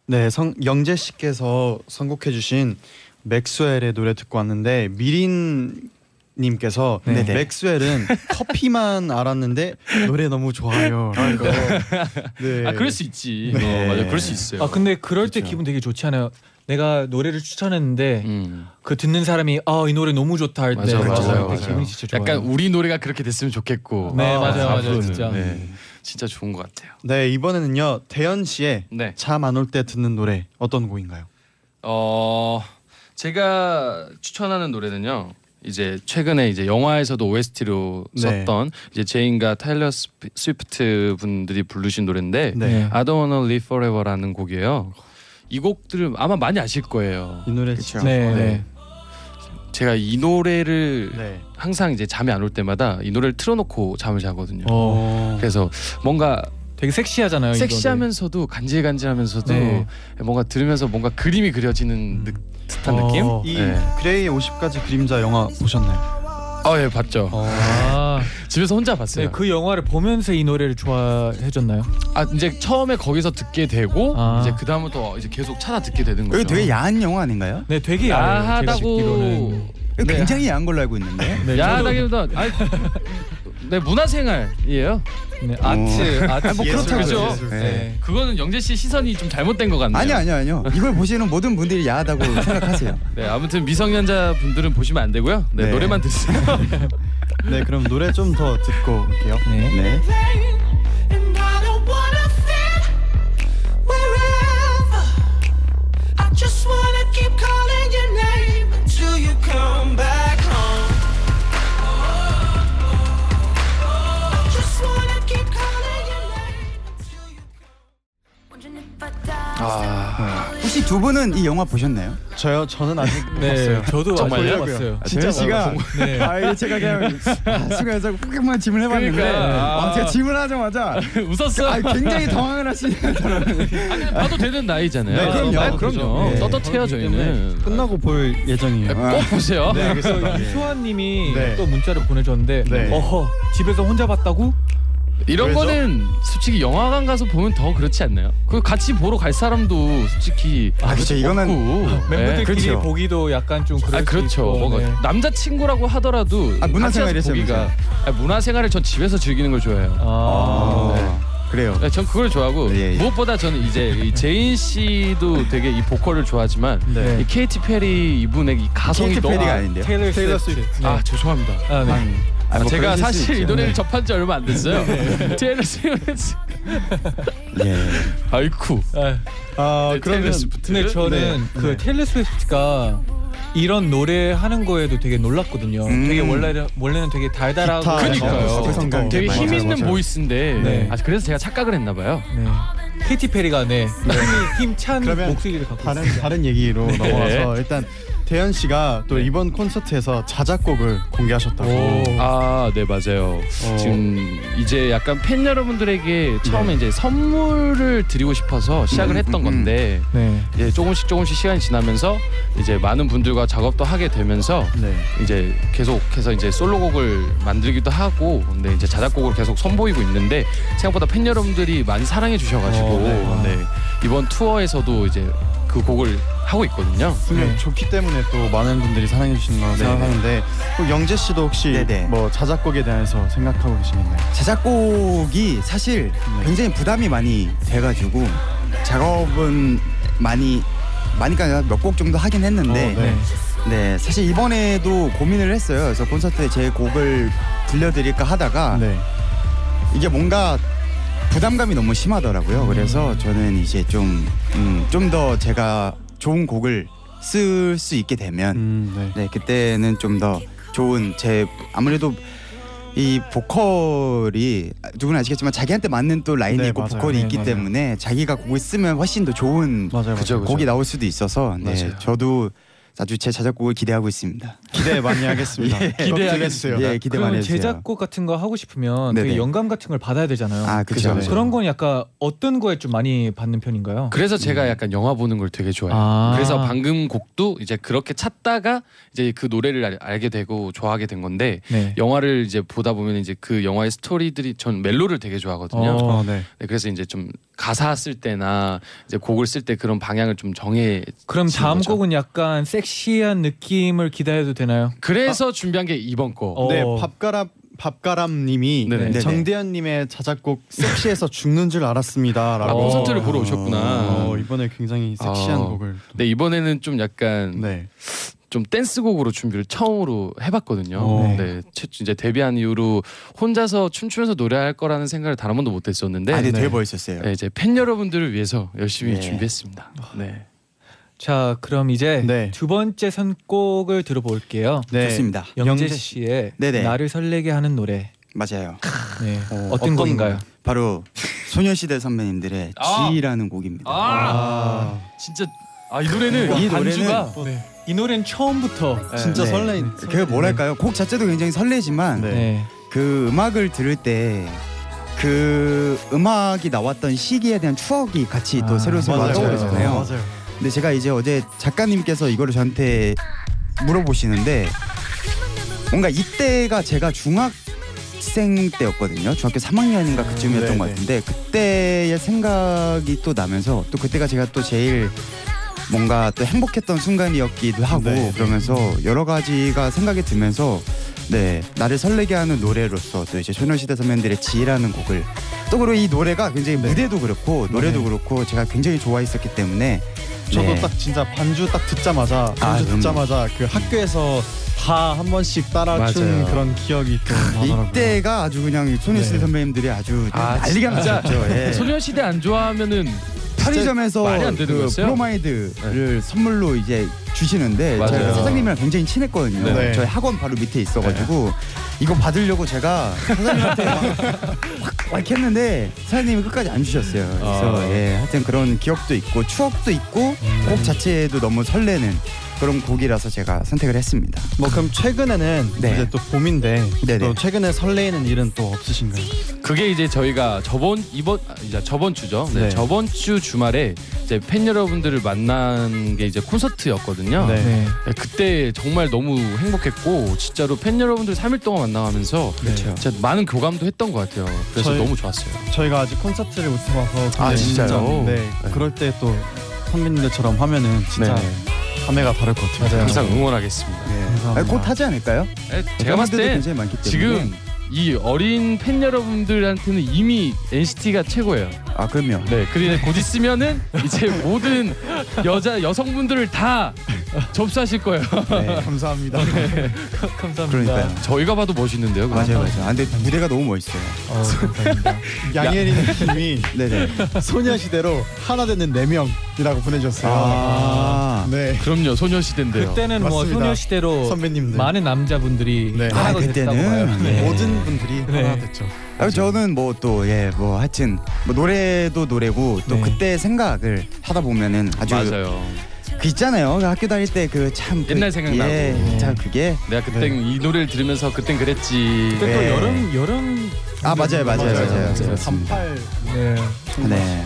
네, 성, 영재 씨께서 선곡해주신 맥스웰의 노래 듣고 왔는데 미린 님께서
네.
맥스웰은 커피만 알았는데 노래 너무 좋아요. 네.
아 그럴 수 있지.
네.
어, 맞아 그럴 수 있어요.
아 근데 그럴 때
그렇죠.
기분 되게 좋지 않아요? 내가 노래를 추천했는데
음.
그 듣는 사람이 아 이 노래 너무 좋다 할 때
맞아요,
그럴 때
맞아요, 맞아요.
네, 기분이 진짜 좋아요.
약간 우리 노래가 그렇게 됐으면 좋겠고.
네,
아,
맞아요, 맞아요,
앞으로는.
진짜.
네. 진짜 좋은 것 같아요.
네, 이번에는요. 대현 씨의
네.
잠 안 올 때 듣는 노래 어떤 곡인가요?
어 제가 추천하는 노래는요. 이제 최근에 이제 영화에서도 OST로
네.
썼던 이제 제인과 타일러 스피- 스위프트 분들이 부르신 노래인데
네.
네.
I Don't Wanna Live Forever라는 곡이에요. 이 곡들은 아마 많이 아실 거예요.
이 노래
그쵸.
진짜
네, 네.
네. 제가 이 노래를
네.
항상 이제 잠이 안 올 때마다 이 노래를 틀어놓고 잠을 자거든요.
어
어.
그래서 뭔가
되게 섹시하잖아요. 이 노래.
섹시하면서도 간질간질하면서도
네.
뭔가 들으면서 뭔가 그림이 그려지는 느- 듯한
어.
느낌?
이
네.
그레이의 50가지 그림자 영화 보셨나요?
아 예 봤죠.
아,
집에서 혼자 봤어요.
네, 그 영화를 보면서 이 노래를 좋아해줬나요?
아 이제 처음에 거기서 듣게 되고
아.
이제 그 다음부터 이제 계속 찾아 듣게 되는
이거
거죠.
되게 야한 영화 아닌가요?
네, 되게 야해요. 제가 듣기로는.
야하다고.
이거
네.
굉장히 야한 걸로 알고 있는데.
네,
야하다기보다 아니 네 문화생활이에요.
저도- 네, 아트, 아트.
뭐
예술,
그렇다고요.
예술.
네.
네.
그거는 영재 씨 시선이 좀 잘못된 것 같네요.
아니요, 아니요, 아니요. 이걸 보시는 모든 분들이 야하다고 생각하세요.
네 아무튼 미성년자 분들은 보시면 안 되고요. 네,
네.
노래만 들으세요.
네, 그럼 노래 좀 더 듣고 올게요.
네.
And
네.
I don't wanna fit wherever. I just wanna keep calling your name until you come back home. I just wanna keep calling your name until you
혹시 두 분은 이 영화 보셨나요?
저요. 저는 아직
네, 아, 저도
정말요?
봤어요.
진짜 씨가
네.
아 이게 제가 그냥 아, 순간에서 훅만 짐을 해봤는데
그러니까.
아, 제가 짐을 하자마자
웃었어.
아, 굉장히 당황을 하시더라고요.
봐도 되는 나이잖아요.
네, 그럼요.
아,
그럼요. 네.
떳떳해요 저희는.
끝나고 볼 예정이에요.
아.
꼭 보세요.
네.
그래서 희수아님이
네.
또 문자를 보내줬는데
네.
어허 집에서 혼자 봤다고?
이런
그래서?
거는 솔직히 영화관 가서 보면 더 그렇지 않나요? 그 같이 보러 갈 사람도 솔직히
아, 그쵸, 이거는-
없고. 네.
멤버들끼리
그렇죠.
보기도 약간 좀 그럴
아 그렇죠.
수 있고
뭔가
네.
남자친구라고 하더라도
아, 문화생활
같이 가서
했어요,
보기가 아, 문화생활을 전 집에서 즐기는 걸 좋아해요.
아,
아, 그래요.
어. 네, 전 그걸 좋아하고
예, 예.
무엇보다 저는 이제 이 제인 씨도 되게 이 보컬을 좋아하지만
네.
이 케이티 페리 이분의 이 가성이
케이티
너무
페리가 아닌데요.
테일러,
테일러
스위프트. 네.
아 죄송합니다.
아, 네.
아,
아,
뭐
제가
그러실 수
사실 이
있죠. 네.
노래를 접한 지 얼마 안 됐어요. 테일러 스위프트.
예.
아이쿠. 네,
아,
아, 그러면
테일러 스위프트.
근데 저는 그 테일러 스위프트가 이런 노래 하는 거에도 되게 놀랐거든요.
음.
되게 원래 원래는 되게 달달하고
기타
그러니까요.
어,
되게
성공.
네.
네,
되게
맞아요,
힘 있는
맞아요.
보이스인데
네.
아, 그래서 제가 착각을 했나 봐요.
네. 케이티 페리가 네 힘이 힘찬
그러면
목소리를 갖고
다른
있어요.
네.
다른 얘기로 넘어가서 일단 대현 씨가 또 이번 콘서트에서 자작곡을 공개하셨다고.
아, 네 맞아요.
어,
지금 이제 약간 팬 여러분들에게 처음에 이제 선물을 드리고 싶어서 시작을
음,
했던
음, 음.
건데
네.
이제 예, 조금씩 조금씩 시간이 지나면서 이제 많은 분들과 작업도 하게 되면서
네.
이제 계속해서 이제 솔로곡을 만들기도 하고 근데 이제 자작곡을 계속 선보이고 있는데 생각보다 팬 여러분들이 많이 사랑해 주셔가지고
어,
네. 이번 투어에서도 이제 그 곡을 하고 있거든요.
분명
네.
좋기 때문에 또 많은 분들이 사랑해 주시는 거라고
네,
생각하는데 또 영재 씨도 혹시
네네.
뭐 자작곡에 대해서 생각하고 계시겠나요?
제작곡이 사실
네.
굉장히 부담이 많이 돼가지고 작업은 많이 많이까 몇 곡 정도 하긴 했는데
어, 네.
네 사실 이번에도 고민을 했어요. 그래서 콘서트에 제 곡을 들려드릴까 하다가
네.
이게 뭔가 부담감이 너무
음.
심하더라고요. 그래서 저는 이제 음, 좀좀 더 제가 좋은 곡을 쓸 수 있게 되면
음, 네.
네 그때는 좀 더 좋은 제 아무래도 이 보컬이 누구나 아시겠지만 자기한테 맞는 또 라인이
네,
있고
맞아요.
보컬이
네,
있기
맞아요.
때문에 자기가 곡을 쓰면 훨씬 더 좋은
맞아요.
그죠,
맞아요.
그죠.
곡이 나올 수도 있어서 네
맞아요.
저도 아주 제 자작곡을 기대하고 있습니다.
기대 많이 하겠습니다.
기대하겠습니다.
예 기대 많이
그러면
해주세요.
제작곡 같은 거 하고 싶으면 되게
네네.
영감 같은 걸 받아야 되잖아요.
아 그죠.
그죠.
그런 건 약간 어떤 거에 좀 많이 받는 편인가요?
그래서 제가 약간 영화 보는 걸 되게 좋아해요.
아.
그래서 방금 곡도 이제 그렇게 찾다가 이제 그 노래를 알, 알게 되고 좋아하게 된 건데
네.
영화를 이제 보다 보면 이제 그 영화의 스토리들이 전 멜로를 되게 좋아하거든요.
어.
어, 네.
네, 그래서 이제 좀 가사 쓸 때나 이제 곡을 쓸 때 그런 방향을 좀 정해.
그럼
지는
다음
거죠.
곡은 약간 섹시한 느낌을 기대해도 되나요?
그래서 준비한 게 이번 거.
어.
네, 밥가람 밥가람님이
네네.
네. 정대현님의 자작곡 섹시해서 죽는 줄
아,
알았습니다라고.
콘서트를 보러 오셨구나.
어, 이번에 굉장히 섹시한
아.
곡을. 또-
근데 이번에는 좀 약간
네.
좀 댄스곡으로 준비를 처음으로 해봤거든요.
오.
네, 최- 이제 데뷔한 이후로 혼자서 춤추면서 노래할 거라는 생각을 단 한 번도 못했었는데,
아 근데
네.
되게 멋있었어요.
이제 팬 여러분들을 위해서 열심히
네.
준비했습니다. 네.
자, 그럼 이제
네.
두 번째 선곡을 들어볼게요.
네.
좋습니다.
영재
영재 씨.
씨의
네네.
나를 설레게 하는 노래.
맞아요.
네. 어, 떤 곡인가요?
바로 소녀시대 선배님들의
아!
G라는 곡입니다.
아, 진짜 아 이 노래는
이
반주가 이 노래는 처음부터
아, 진짜
네.
설레인.
그 뭐랄까요? 곡 자체도 굉장히 설레지만
네.
네.
그 음악을 들을 때 그 음악이 나왔던 시기에 대한 추억이 같이 또
아,
새록새록
맞아요.
떠오르잖아요.
맞아요.
근데 제가 이제 어제 작가님께서 이거를 저한테 물어보시는데 뭔가 이때가 제가 중학생 때였거든요. 중학교 3학년인가 그쯤이었던
네,
것
네.
같은데 그때의 생각이 또 나면서 또 그때가 제가 또 제일 뭔가 또 행복했던 순간이었기도 하고
네, 네.
그러면서 여러 가지가 생각이 들면서 네 나를 설레게 하는 노래로서 또 이제 소녀시대 선배님들의 지라는 곡을 또 그리고 이 노래가 굉장히
네.
무대도 그렇고 노래도 그렇고 제가 굉장히 좋아했었기 때문에
저도
네.
딱 진짜 반주 딱 듣자마자 반주
음.
듣자마자 그 학교에서 다 한 번씩 따라 춘
맞아요.
그런 기억이 또 나더라고요.
이때가 아주 그냥 소녀시대
네.
선배님들이 아주
아,
난리가
진짜.
났었죠. 예.
소녀시대 안 좋아하면은
편의점에서
말이 안
그
되는 거였어요?
브로마이드를 네. 선물로 이제 주시는데
맞아요.
제가 사장님이랑 굉장히 친했거든요.
네.
저희 학원 바로 밑에 있어가지고 이거 받으려고 제가 사장님한테 막, 확- 막 했는데 사장님이 끝까지 안 주셨어요. 그래서
아.
예, 하여튼 그런 기억도 있고 추억도 있고 곡 자체도 너무 설레는 그런 곡이라서 제가 선택을 했습니다.
뭐 그럼 최근에는
네.
이제 또 봄인데
네네.
또 최근에 설레이는 일은 또 없으신가요?
그게 이제 저희가 저번 이번 아, 이제 저번 주죠. 네,
네.
저번 주 주말에 이제 팬 여러분들을 만난 게 이제 콘서트였거든요.
네.
네.
네, 그때 정말 너무 행복했고 진짜로 팬 여러분들 3일 동안 만나가면서
그렇죠.
진짜 많은 교감도 했던 것 같아요. 그래서
저희-
너무 좋았어요.
저희가 아직 콘서트를 못 해봐서
아,
근데
진짜요?
진짜, 네.
네.
그럴 때 또 선배님들처럼 하면은 진짜 감회가 다를 것 같아요.
항상 응원하겠습니다.
예.
감사합니다.
아, 곧 하지 않을까요?
네, 제가 봤을
팬들도
때
굉장히 많기 때문에.
지금 이 어린 팬 여러분들한테는 이미 NCT가 최고예요.
아 그럼요.
네, 그리고 곧 있으면은 이제 모든 여자 여성분들을 다 접수하실 거예요.
네.
감사합니다.
감사합니다.
그러니까요.
저희가 봐도 멋있는데요. 그거.
네. 맞아요, 맞아요. 아, 근데 무대가 너무 멋있어요.
어, 감사합니다.
양예린님이
네네.
소녀시대로 하나 되는 네 명이라고 보내주셨어요.
아.
네.
그럼요, 소녀시대인데요.
그때는 뭐
맞습니다.
소녀시대로
선배님들.
많은 남자분들이
네.
하나가
아,
됐다고
그때는.
봐요.
네.
모든 분들이 하나
네.
됐죠.
아, 저는 뭐 또 예 뭐 하여튼 뭐 노래도 노래고 또
네.
그때 생각을 하다 보면은 아주
맞아요.
그 있잖아요. 그 학교 다닐 때 그 참. 그,
옛날 생각나고.
예, 자 그게
내가 그땐 이 노래를 들으면서 그땐 그랬지.
그때 또
네.
여름 여름
아, 맞아요, 맞아요, 맞아요.
네,
그렇습니다.
38. 네.
네.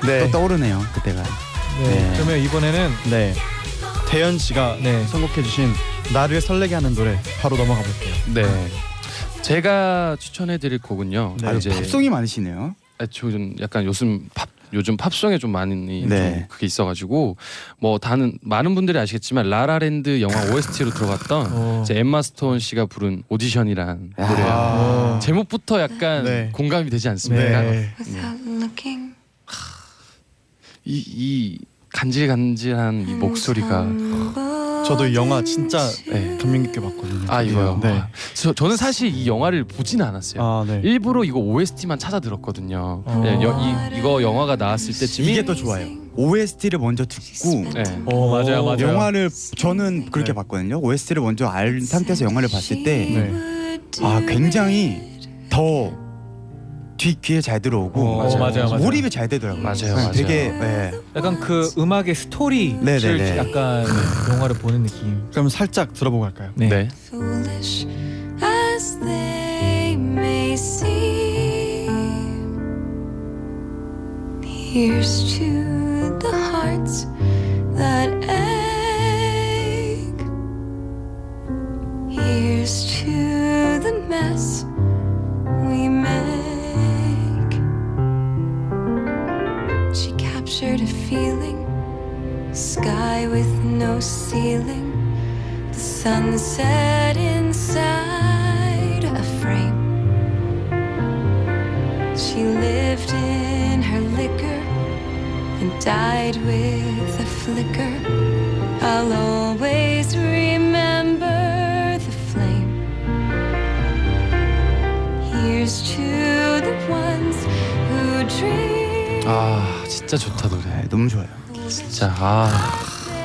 또
네.
떠오르네요 그때가.
네.
네.
그러면 이번에는
네. 대현 씨가
네.
선곡해 주신 나를 설레게 하는 노래 바로 넘어가 볼게요.
네. 제가 추천해드릴 곡은요.
네.
이제
아주 팝송이 많으시네요.
아, 좀 약간 요즘 팝 요즘 팝송에 좀 많이
네.
좀 그게 있어가지고 뭐 다른 많은 분들이 아시겠지만 라라랜드 영화 OST로 들어갔던
어.
이제 엠마 스톤 씨가 부른 오디션이란
아.
노래예요. 제목부터 약간
네.
공감이 되지 않습니까?
네.
Without looking,
이, 이 간질간질한 이 목소리가
저도 이 영화 진짜
네.
감명 깊게 봤거든요.
아 이거요.
네.
저, 저는 사실 이 영화를 보진 않았어요.
아 네.
일부러 이거 OST만 찾아 들었거든요.
어.
예, 여- 이, 이거 영화가 나왔을 때쯤이
이게 또 좋아요.
OST를 먼저 듣고
네.
어 맞아요 맞아요.
영화를 저는 그렇게
네.
봤거든요. OST를 먼저 알 상태에서 영화를 봤을 때
네.
아 굉장히 더 뒷귀에 잘 들어오고
어, 맞아요. 맞아요, 맞아요.
몰입이 잘 되더라고요.
맞아요,
네,
맞아요.
되게 예.
약간 그 음악의 스토리를
네, 네, 네.
약간 영화를 보는 느낌.
그럼 살짝 들어보고 갈까요?
네.
네.
foolish as they may seem. Here's to the hearts that ache. Here's to the mess we make. She captured a feeling, sky with no ceiling. The sunset inside a frame. She lived in her liquor and died with a flicker. I'll always remember the flame. Here's to the ones who dream.
아 진짜 좋다
네,
노래.
너무 좋아요.
진짜 아.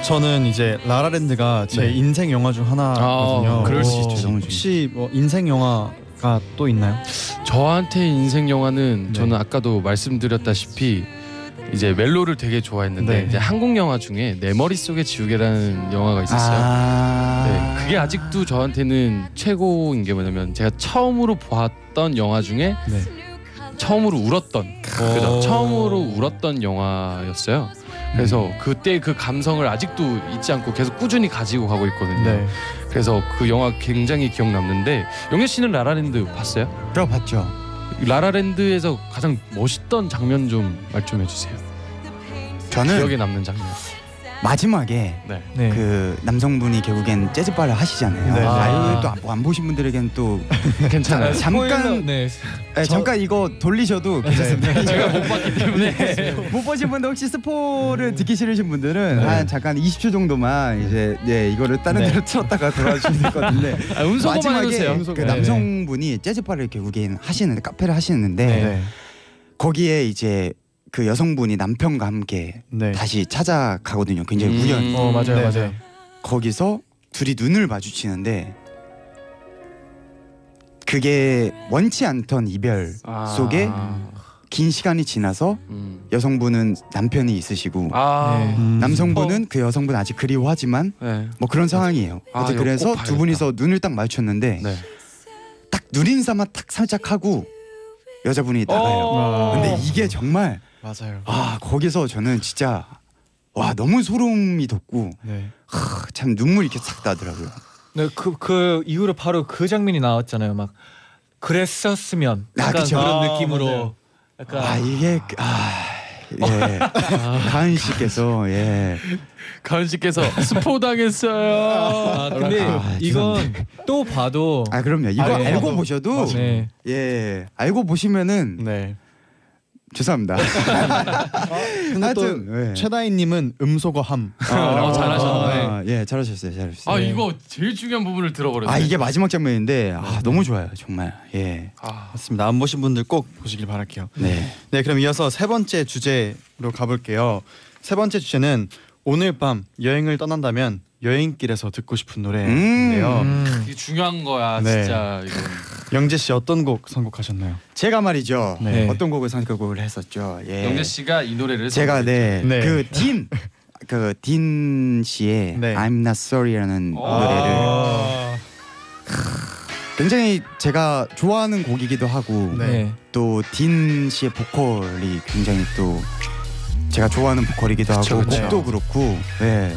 저는 이제 라라랜드가 제
네.
인생 영화 중 하나거든요.
아, 그럴 수
오.
있죠.
너무 좋아요.
혹시 뭐 인생 영화가 또 있나요?
저한테 인생 영화는
네.
저는 아까도 말씀드렸다시피 이제 멜로를 되게 좋아했는데
네.
이제 한국 영화 중에 내 머릿속에 지우개라는 영화가 있었어요.
아
네, 그게 아직도 저한테는 최고인 게 뭐냐면 제가 처음으로 보았던 영화 중에 네. 처음으로 울었던 그죠? 처음으로 울었던 영화였어요. 그래서 그때 그 감성을 아직도 잊지 않고 계속 꾸준히 가지고 가고 있거든요.
네.
그래서 그 영화 굉장히 기억 남는데 영애 씨는 라라랜드 봤어요?
들어봤죠.
라라랜드에서 가장 멋있던 장면 좀 말 좀 해주세요.
저는
기억에 남는 장면.
마지막에
네.
네.
그 남성분이 결국엔 재즈바를 하시잖아요.
네, 네.
아, 이거 또안 보신 분들에게는 또
괜찮아요.
스포일러,
잠깐
네.
예, 잠깐 이거 돌리셔도 괜찮습니다.
제가 못 봤기
네.
때문에
못 보신 분들 혹시 스포를 듣기 싫으신 분들은 한 잠깐 20초 정도만 이제 예 이거를 다른 데로 틀었다가 돌아주시면 될 것 같은데
아, 음소거만 해주세요.
그
네, 네.
남성분이 재즈바를 결국엔 하시는데 카페를 하시는데
네.
거기에 이제 그 여성분이 남편과 함께
네.
다시 찾아가거든요. 굉장히
음.
우연히
어, 맞아요,
네,
맞아요.
네.
거기서 둘이 눈을 마주치는데 그게 원치 않던 이별
아.
속에 긴 시간이 지나서
음.
여성분은 남편이 있으시고
아.
음.
남성분은 그 여성분 아직 그리워하지만
네.
뭐 그런 상황이에요.
아,
어쨌든
이거
그래서
꼭
두 분이서 눈을 딱 맞췄는데
네.
딱 눈인사만 딱 살짝 하고 여자분이 나가요.
어.
근데 이게 정말
맞아요.
아 거기서 저는 진짜 와 너무 소름이 돋고
네.
크, 참 눈물이 이렇게 싹 나더라고요.
네, 그, 그 이후로 바로 그 장면이 나왔잖아요. 막 그랬었으면
아,
약간
그쵸.
그런
아,
느낌으로
맞아요.
약간
아 이게 그- 아 예. 가은 씨께서 예.
가은 씨께서 스포 당했어요.
아, 근데
아,
이건 또 봐도
아 그럼요. 이거
아, 예.
알고
맞아요.
보셔도
네.
예. 알고 보시면은
네.
죄송합니다.
근데 또
네.
하여튼, 예.
최다희님은 음소거함.
어, 잘하셨네.
아, 예, 잘하셨어요. 잘하셨어요.
아 이거 제일 중요한 부분을 들어버렸어요.
아 이게 마지막 장면인데 아 너무 좋아요 정말 예
아,
맞습니다. 안 보신 분들 꼭 보시길 바랄게요.
네.
네, 그럼 이어서 세 번째 주제로 가볼게요. 세 번째 주제는 오늘 밤 여행을 떠난다면 여행길에서 듣고 싶은 노래인데요.
음.
이게 중요한 거야
네.
진짜 이거.
영재 씨 어떤 곡 선곡하셨나요?
제가 말이죠
네.
어떤 곡을 선곡을 했었죠 예
영재 씨가 이 노래를
제가
선곡했죠.
네
네.
그딘 그 딘 씨의
네.
I'm Not Sorry라는 노래를
아.
굉장히 제가 좋아하는 곡이기도 하고
네.
또 딘 씨의 보컬이 굉장히 또 제가 좋아하는 보컬이기도
그쵸,
하고
그쵸.
곡도 그렇고 네.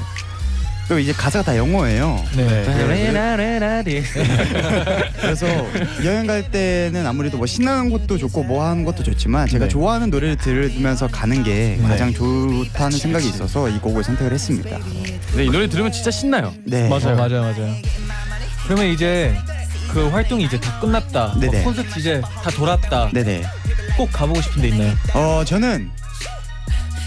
또 이제 가사가 다 영어예요.
네. 네.
레라레라리. 그래서 여행 갈 때는 아무래도 뭐 신나는 것도 좋고 뭐 하는 것도 좋지만 제가
네.
좋아하는 노래를 들으면서 가는 게
네.
가장 좋다는 생각이 있어서 이 곡을 선택을 했습니다.
네, 이 노래 들으면 진짜 신나요.
네.
맞아요, 맞아요, 맞아요. 그러면 이제 그 활동이 이제 다 끝났다. 뭐
네네.
콘서트 이제 다 돌았다.
네네.
꼭 가보고 싶은 데 있나요?
어 저는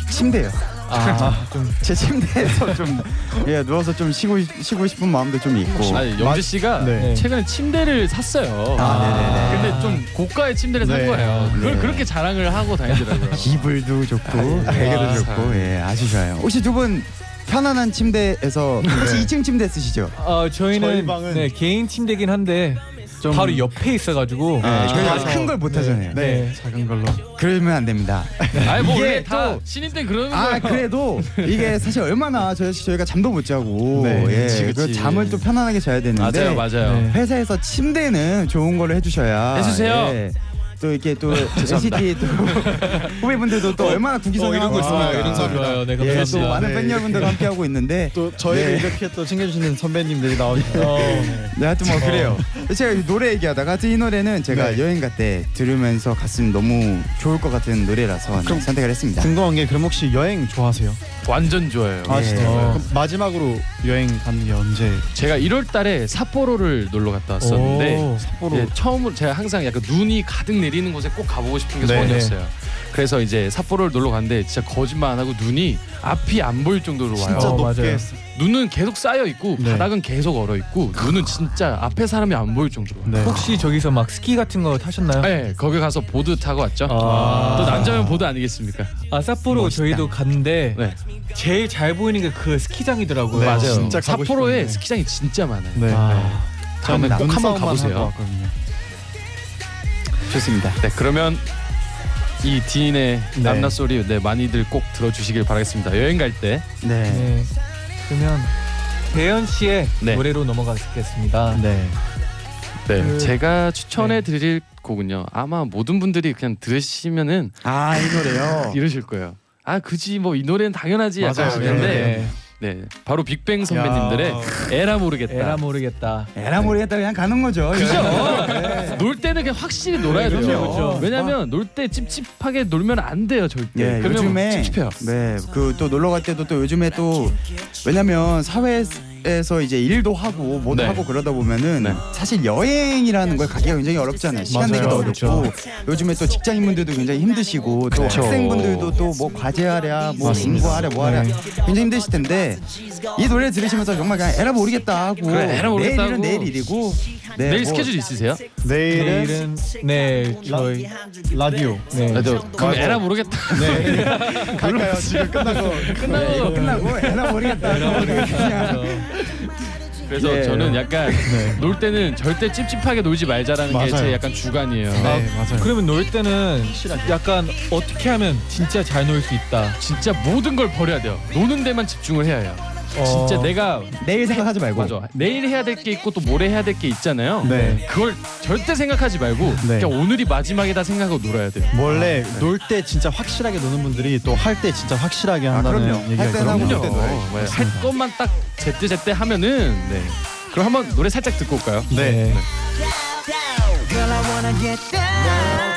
침대요.
아, 좀
제 침대에서 좀 예, 누워서 좀 쉬고 쉬고 싶은 마음도 좀 있고.
아니 영재 씨가
네.
최근에 침대를 샀어요.
아, 네네네.
근데 좀 고가의 침대를 산
네.
거예요. 그걸
네.
그렇게 자랑을 하고 다니더라고요.
이불도 좋고
아,
베개도 좋고 예 아주 좋아요. 혹시 두 분 편안한 침대에서
네.
혹시 2층 침대 쓰시죠?
어, 저희는
저희 방은-
네, 개인 침대긴 한데 바로 옆에 있어가지고
아,
네, 저희가
바로-
큰 걸 못 하잖아요.
네.
네.
작은 걸로.
그러면 안 됩니다.
아니 뭐
이게
원래 다
또-
신인 때 그러는 거예요.
아 그래도 이게 사실 얼마나 저희 저희가 잠도 못 자고
네,
예,
그치,
그
그치.
잠을 또 편안하게 자야 되는데
맞아요, 맞아요.
네.
회사에서 침대는 좋은 걸로 해주셔야 예.
해주세요.
또 이렇게 또 NCT 또 후배분들도 또 얼마나 구기성을
이런 거
하고
있습니다.
있습니까?
이런 소리.
좋아요. 네,
예,
감사합니다.
또 많은
네.
팬 여러분들과 함께 하고 있는데
또 저희를
네.
이렇게 또 챙겨주시는 선배님들이 나오니까
어,
네, 하여튼 뭐 그래요. 제가 이 노래 얘기하다가 하여튼 이 노래는 제가
네.
여행 갈 때 들으면서 갔으면 너무 좋을 것 같은 노래라서 네, 선택을 했습니다.
궁금한 게 그럼 혹시 여행 좋아하세요? 네. 어.
완전 좋아요.
아, 진짜요?
그럼 마지막으로 여행 가는 게 언제?
제가 1월 달에 삿포로를 놀러 갔다 왔었는데
오, 삿포로.
예, 처음으로 제가 항상 약간 눈이 가득 내리는 곳에 꼭 가보고 싶은 게
네.
소원이었어요. 그래서 이제 삿포로를 놀러 갔는데 진짜 거짓말 안 하고 눈이 앞이 안 보일 정도로 와요.
진짜
어,
높게
맞아요.
눈은 계속 쌓여 있고
네.
바닥은 계속 얼어 있고 눈은 진짜 앞에 사람이 안 보일 정도로. 와요.
네.
혹시 저기서 막 스키 같은 거 타셨나요?
네, 거기 가서 보드 타고 왔죠.
아.
또 남자면 보드 아니겠습니까?
아, 삿포로 저희도 갔는데
네,
제일 잘 보이는 게 그 스키장이더라고요.
네,
맞아요.
진짜 가고
삿포로에
싶은데.
스키장이 진짜 많아요.
네.
아,
다음에
저는
꼭 한번
눈싸움만 하고
가보세요.
왔거든요.
좋습니다.
네, 그러면 이 디인의
네.
남나 소리 네 많이들 꼭 들어주시길 바라겠습니다. 여행 갈 때.
네.
네. 그러면 배현 씨의
네.
노래로 넘어가겠습니다.
네.
네.
그-
제가 추천해 드릴 곡은요. 아마 모든 분들이 그냥 들으시면은
아, 이 노래요.
이러실 거예요. 아 그지 뭐 이 노래는 당연하지 약간
어. 맞아요.
그런데
네.
네 바로 빅뱅 선배님들의 에라 모르겠다.
에라 모르겠다.
에라 모르겠다 그냥 가는 거죠.
그죠?
네.
놀 때는 그냥 확실히 놀아야 돼요.
그렇죠, 그렇죠.
왜냐면 놀 때 찝찝하게 놀면 안 돼요 절대.
예,
그러면
요즘에
찝찝해요.
네, 그 또 놀러 갈 때도 또 요즘에 또 왜냐면 사회에서 이제 일도 하고 뭐도
네.
하고 그러다 보면은
네.
사실 여행이라는 걸 가기가 굉장히 어렵잖아요. 시간
맞아요.
내기도 어렵고
그렇죠.
요즘에 또 직장인분들도 굉장히 힘드시고 또
그렇죠.
학생분들도 또 뭐 과제하랴 뭐
맞습니다.
공부하랴 뭐하랴
네.
굉장히 힘드실 텐데 이 노래 들으시면서 정말 그냥 에라 모르겠다 하고
그래, 에라 모르겠다
내일은
하고.
내일 일이고 네,
내일
뭐
스케줄 있으세요?
내일은
내일은 네 저희
라디오.
네.
나도 그럼 에라 모르겠다.
갈까요? 지금 끝나고
끝나고
끝나고 에라 모르겠다. 그냥
그래서
예.
저는 약간
네.
놀 때는 절대 찝찝하게 놀지 말자라는 게
맞아요.
제 약간 주관이에요.
네,
아,
맞아요.
그러면 놀 때는 약간 어떻게 하면 진짜 잘 놀 수 있다.
진짜 모든 걸 버려야 돼요. 노는 데만 집중을 해야 해요.
어.
진짜 내가
내일 생각하지 말고
맞아. 내일 해야 될 게 있고 또 모레 해야 될 게 있잖아요.
네.
그걸 절대 생각하지 말고
네.
그냥 오늘이 마지막이다 생각하고 놀아야 돼요.
원래 놀 때 진짜 확실하게 노는 분들이 또 할 때 진짜 확실하게 한다는
그럼요.
얘기가
할 때는
있더라고요.
하고
그럼요.
놀 때도 해야지.
네. 할 것만 딱 제때 제때 하면은 네. 그럼 한번 노래 살짝 듣고 올까요?
네.
Girl, I wanna get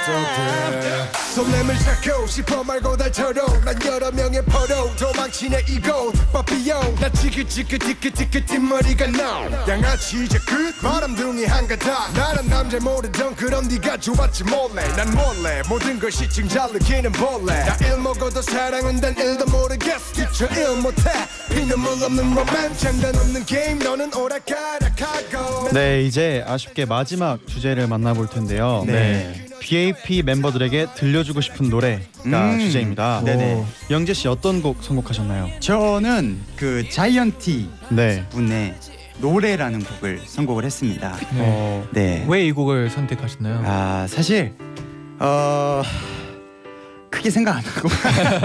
down.
설렘을 찾고 싶어 말고 달처럼 난 여러 명의 포로 도망치네 이곳 바삐요 나 지긋지긋지긋지긋 뒷머리가 나 양아치 이제 끝 바람둥이 한가다 나란 남자 모르던 그럼 네가 좋았지 몰래 난 몰래 모든 것이 지금 잘 느끼는 벌레 나일 먹어도 사랑은 단 일도 모르겠어 미쳐 일 못해 피눈물 없는 로맨 장난 없는 게임 너는 오락가락하고
네, 이제 아쉽게 마지막 주제를 만나볼 텐데요.
네.
BAP 멤버들에게 들려주고 싶은 노래가
음.
주제입니다.
네네.
오. 영재 씨 어떤 곡 선곡하셨나요?
저는 그 자이언티
네.
분의 노래라는 곡을 선곡을 했습니다.
어,
네.
왜 이 곡을 선택하셨나요?
아 사실 어 크게 생각 안 하고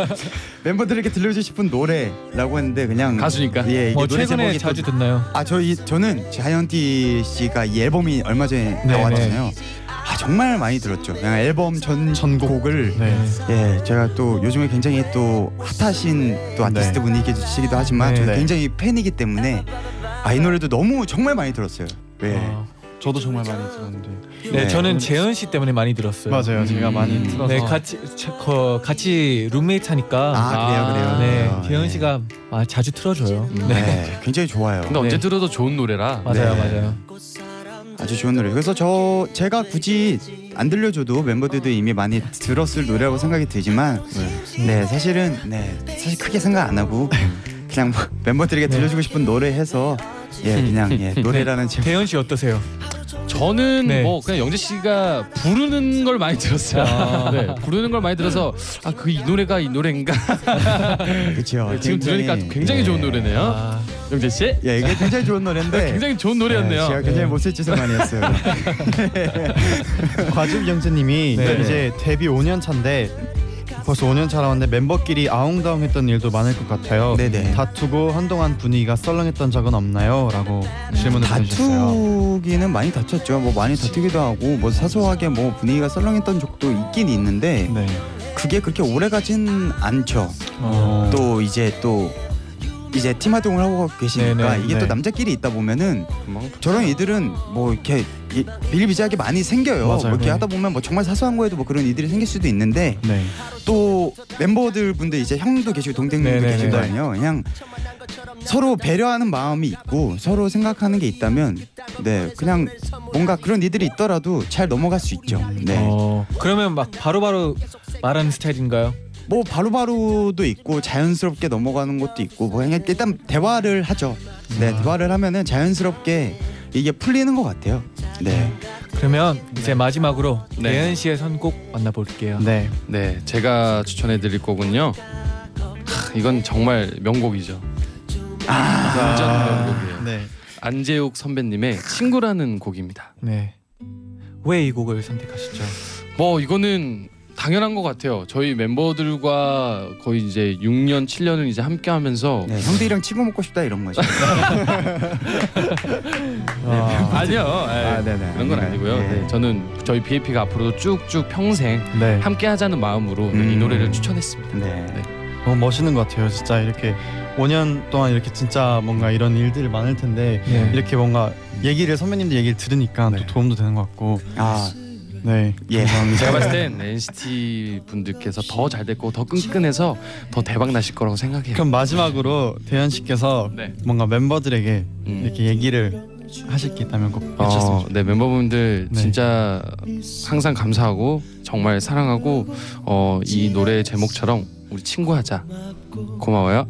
멤버들에게 들려주고 싶은 노래라고 했는데 그냥
가수니까.
예, 이게
뭐
노래
최근에
제목이 또-
자주 듣나요?
아 저희 저는 자이언티 씨가 이 앨범이 얼마 전에
네,
나왔잖아요. 아 정말 많이 들었죠. 그냥 앨범 전 전곡을
네.
예 제가 또 요즘에 굉장히 또 핫하신 또 아티스트 분이 계시기도 하지만
네.
저는
네.
굉장히 팬이기 때문에 아 이 노래도 너무 정말 많이 들었어요. 예.
아,
저도 정말 많이 들었는데.
네,
네.
저는 재현 씨 때문에 많이 들었어요.
네. 맞아요. 제가 많이
음.
들어서.
네, 같이 차- 거- 같이 룸메이트 하니까
아,
아,
그래요, 그래요.
네,
그래요.
재현 씨가 아, 자주 틀어줘요.
네.
네,
네, 굉장히 좋아요.
근데 언제
네.
들어도 좋은 노래라.
맞아요,
네.
맞아요.
아주 좋은 노래. 그래서 저 제가 굳이 안 들려줘도 멤버들도 이미 많이 들었을 노래라고 생각이 들지만, 네, 사실은 네 사실 크게 생각 안 하고 그냥 뭐 멤버들에게 들려주고 싶은 노래 해서 예 그냥 예 노래라는 제목.
재현 씨 어떠세요?
저는
네.
뭐 그냥 영재 씨가 부르는 걸 많이 들었어요.
아.
네, 부르는 걸 많이 들어서 아 그 이 노래가 이 노래인가
그렇죠.
아,
지금 들으니까 굉장히 좋은 노래네요.
아,
영재 씨
네.
예 이게 굉장히 좋은 노래인데.
굉장히 좋은 노래였네요.
예, 제가 굉장히 못쓸 짓을 많이 했어요.
과즙 영재님이
네.
이제 데뷔 5년 차인데 벌써 5년 차라는데 멤버끼리 아웅다웅했던 일도 많을 것 같아요.
네네.
다투고 한동안 분위기가 썰렁했던 적은 없나요?라고
음.
질문을 보내주셨어요.
다투기는 많이 다쳤죠. 뭐 많이 다투기도 하고 뭐 사소하게 뭐 분위기가 썰렁했던 적도 있긴 있는데
네.
그게 그렇게 오래가진 않죠.
어,
또 이제 또 이제 팀 활동을 하고 계시니까
네네, 그렇죠.
이게
네.
또 남자끼리 있다 보면은 저런 이들은 뭐 이렇게 이- 비일비재하게 많이 생겨요.
맞아요.
뭐 이렇게
네.
하다 보면 뭐 정말 사소한 거에도 뭐 그런 이들이 생길 수도 있는데
네.
또 멤버들 분들 이제 형도 계시고 동생님도
네네네.
계실 거 아니에요. 그냥 서로 배려하는 마음이 있고 서로 생각하는 게 있다면 네 그냥 뭔가 그런 이들이 있더라도 잘 넘어갈 수 있죠. 네.
어, 그러면 막 바로바로 말하는 스타일인가요?
뭐 바로바로도 있고 자연스럽게 넘어가는 것도 있고 뭐 그냥 일단 대화를 하죠. 네 대화를 하면은 자연스럽게 이게 풀리는 것 같아요. 네.
그러면 이제 마지막으로
네.
예은 씨의 선곡 만나볼게요.
네.
네, 제가 추천해드릴 곡은요. 하, 이건 정말 명곡이죠.
아,
완전 명곡이에요.
네.
안재욱 선배님의 친구라는 곡입니다.
네. 왜 이 곡을 선택하셨죠?
뭐 이거는 당연한 것 같아요. 저희 멤버들과 거의 이제 6년, 7년을 이제 함께하면서
네, 형들이랑 친구 먹고 싶다 이런 거죠. 네.
아니요,
아,
네.
네네.
그런 건 아니고요.
네.
네, 저는 저희 BAP가 앞으로도 쭉쭉 평생
네.
함께하자는 마음으로 이
음.
노래를 추천했습니다.
네.
너무 멋있는 것 같아요. 진짜 이렇게 5년 동안 이렇게 진짜 뭔가 이런 일들이 많을 텐데
네.
이렇게 뭔가 얘기를 선배님들 얘기를 들으니까 또 도움도 되는 것 같고.
아
네.
예.
제가 봤을 땐 NCT 분들께서 더 잘 됐고 더 끈끈해서 더 대박 나실 거라고 생각해요.
그럼 마지막으로 대현 씨께서
네.
뭔가 멤버들에게
음.
이렇게 얘기를 하실 게 있다면 꼭 해주셨으면
어, 네 멤버분들
네.
진짜 항상 감사하고 정말 사랑하고 어, 이 노래 제목처럼 우리 친구하자 고마워요.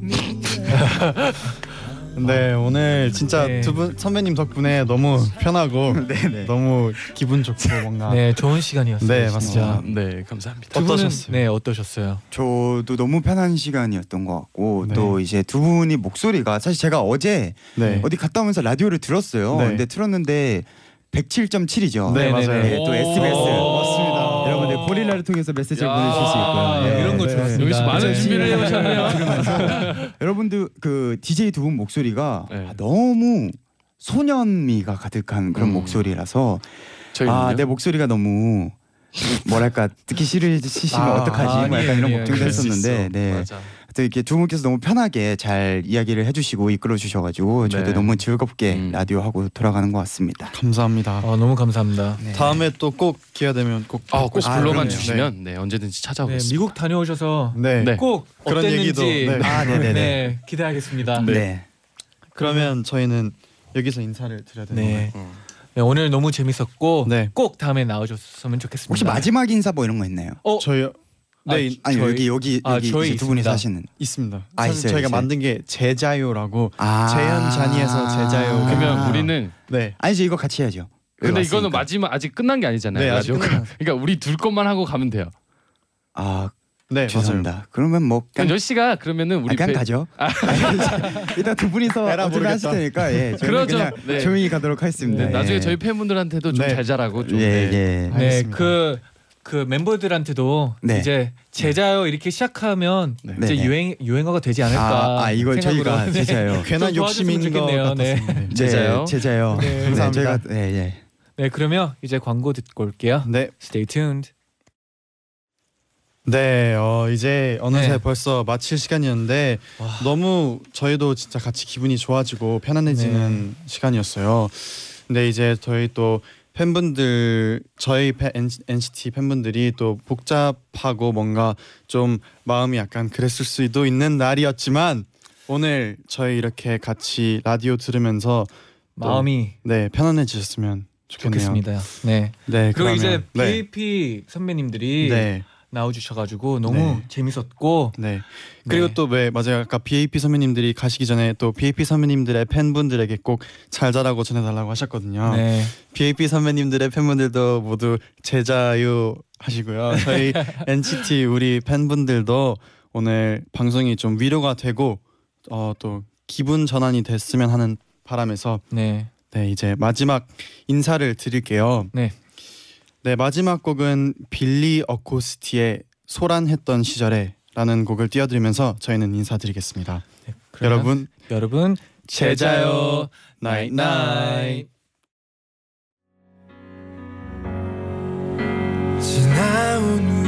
네 오늘 진짜
네.
두 분 선배님 덕분에 너무 편하고
네,
너무 기분 좋고 뭔가
네, 좋은 시간이었어요.
아. 네,
진짜.
맞습니다.
네 감사합니다.
두 분은,
어떠셨어요?
네, 어떠셨어요?
저도 너무 편한 시간이었던 것 같고
네.
또 이제 두 분이 목소리가 사실 제가 어제
네.
어디 갔다 오면서 라디오를 들었어요.
네.
근데 틀었는데 107.7이죠.
네,
네네네.
맞아요.
네, 또 SBS
맞습니다.
여러분들 고릴라를 통해서 메시지를 보내실 수 있고요.
야,
예.
아, 이런 거
네.
좋았습니다.
여기서 많은 준비를 해오셨네요.
여러분들 그 DJ 두 분 목소리가
네.
아, 너무 소년미가 가득한 그런
음.
목소리라서
저희
아 내 목소리가 너무 뭐랄까 듣기 싫으시면
아,
어떡하지 뭐
아니에요,
약간 이런
아니에요.
걱정도
그럴
했었는데 네.
맞아.
또 이렇게 두 분께서 너무 편하게 잘 이야기를 해주시고 이끌어 주셔가지고 저도
네.
너무 즐겁게
음.
라디오 하고 돌아가는 것 같습니다.
감사합니다.
어, 너무 감사합니다.
다음에 또 꼭 기회 되면 꼭
네. 아, 꼭
뵙고 싶네요.
불러만 주시면 네, 언제든지
네,
찾아오겠습니다.
미국 다녀오셔서
네.
네.
네.
꼭
그런
어땠는지
얘기도,
네.
네.
아 네네네.
기대하겠습니다.
네.
네.
그러면 저희는 여기서 인사를 드려야 되는 거예요.
네. 오늘 너무
어.
재밌었고
네.
꼭 다음에 나와줬으면 좋겠습니다.
네.
혹시 마지막 인사 뭐 이런 거 있나요?
어,
저희 네
아,
이-
아니
저희-
여기 여기
아,
여기
저희
이제 두 분이
있습니다.
사시는.
있습니다.
아,
사실
있어요,
저희가
있어요.
만든 게 제자요라고
아
재현 잔이에서 제자요.
그러면
아.
우리는
네.
아니 이제 이거 같이 해야죠. 여기
근데
왔으니까.
이거는 마지막 아직 끝난 게 아니잖아요.
네, 아직
라디오가. 그러니까 우리 둘 것만 하고 가면 돼요.
아
네
죄송합니다. 그러면 뭐
그럼
그냥,
열 씨가 그러면은
아,
우리
그냥
배-
가죠. 일단 두 분이서
에라
어떻게
모르겠다.
하실 테니까 예. 저희는
그러죠.
그냥
네.
조용히 가도록 하겠습니다.
네, 나중에
예.
저희 팬분들한테도 좀
네.
잘 자라고 좀
예
네.
예.
네,
알겠습니다.
그 그 그 멤버들한테도
네.
이제 제자요 이렇게 시작하면 이제
네네.
유행 유행어가 되지 않을까.
아, 아,
생각으로.
이건
네.
저희가 제자요.
괜한
좀 도와줬으면
욕심인 것
좋겠네요. 네.
같았습니다.
네,
제자요?
제자요.
네.
네,
감사합니다.
제가 네, 네.
네, 그러면 이제 광고 듣고 올게요.
네,
Stay tuned.
네, 어, 이제 어느새
네.
벌써 마칠 시간이었는데
와.
너무 저희도 진짜 같이 기분이 좋아지고
네.
편안해지는 시간이었어요. 근데 이제 저희 또 팬분들 저희 팬- NCT 팬분들이 또 복잡하고 뭔가 좀 마음이 약간 그랬을 수도 있는 날이었지만 오늘 저희 이렇게 같이 라디오 들으면서
마음이
네 편안해지셨으면 좋겠네요.
좋겠습니다. 네.
네
그리고
그러면-
이제
네.
BAP 선배님들이
네.
나와주셔가지고 너무
네.
재밌었고
네. 그리고
네.
또 왜 맞아요. 아까 BAP 선배님들이 가시기 전에 또 BAP 선배님들의 팬분들에게 꼭 잘 자라고 전해달라고 하셨거든요.
네.
BAP 선배님들의 팬분들도 모두 제자유 하시고요. 저희 NCT 우리 팬분들도 오늘 방송이 좀 위로가 되고 어, 또 기분 전환이 됐으면 하는 바람에서
네.
네 이제 마지막 인사를 드릴게요.
네.
네 마지막 곡은 빌리 어코스티의 소란했던 시절에라는 곡을 띄워드리면서 저희는 인사드리겠습니다.
그러면
여러분
여러분 제자요
나이
나잇
나이.
나잇
지나온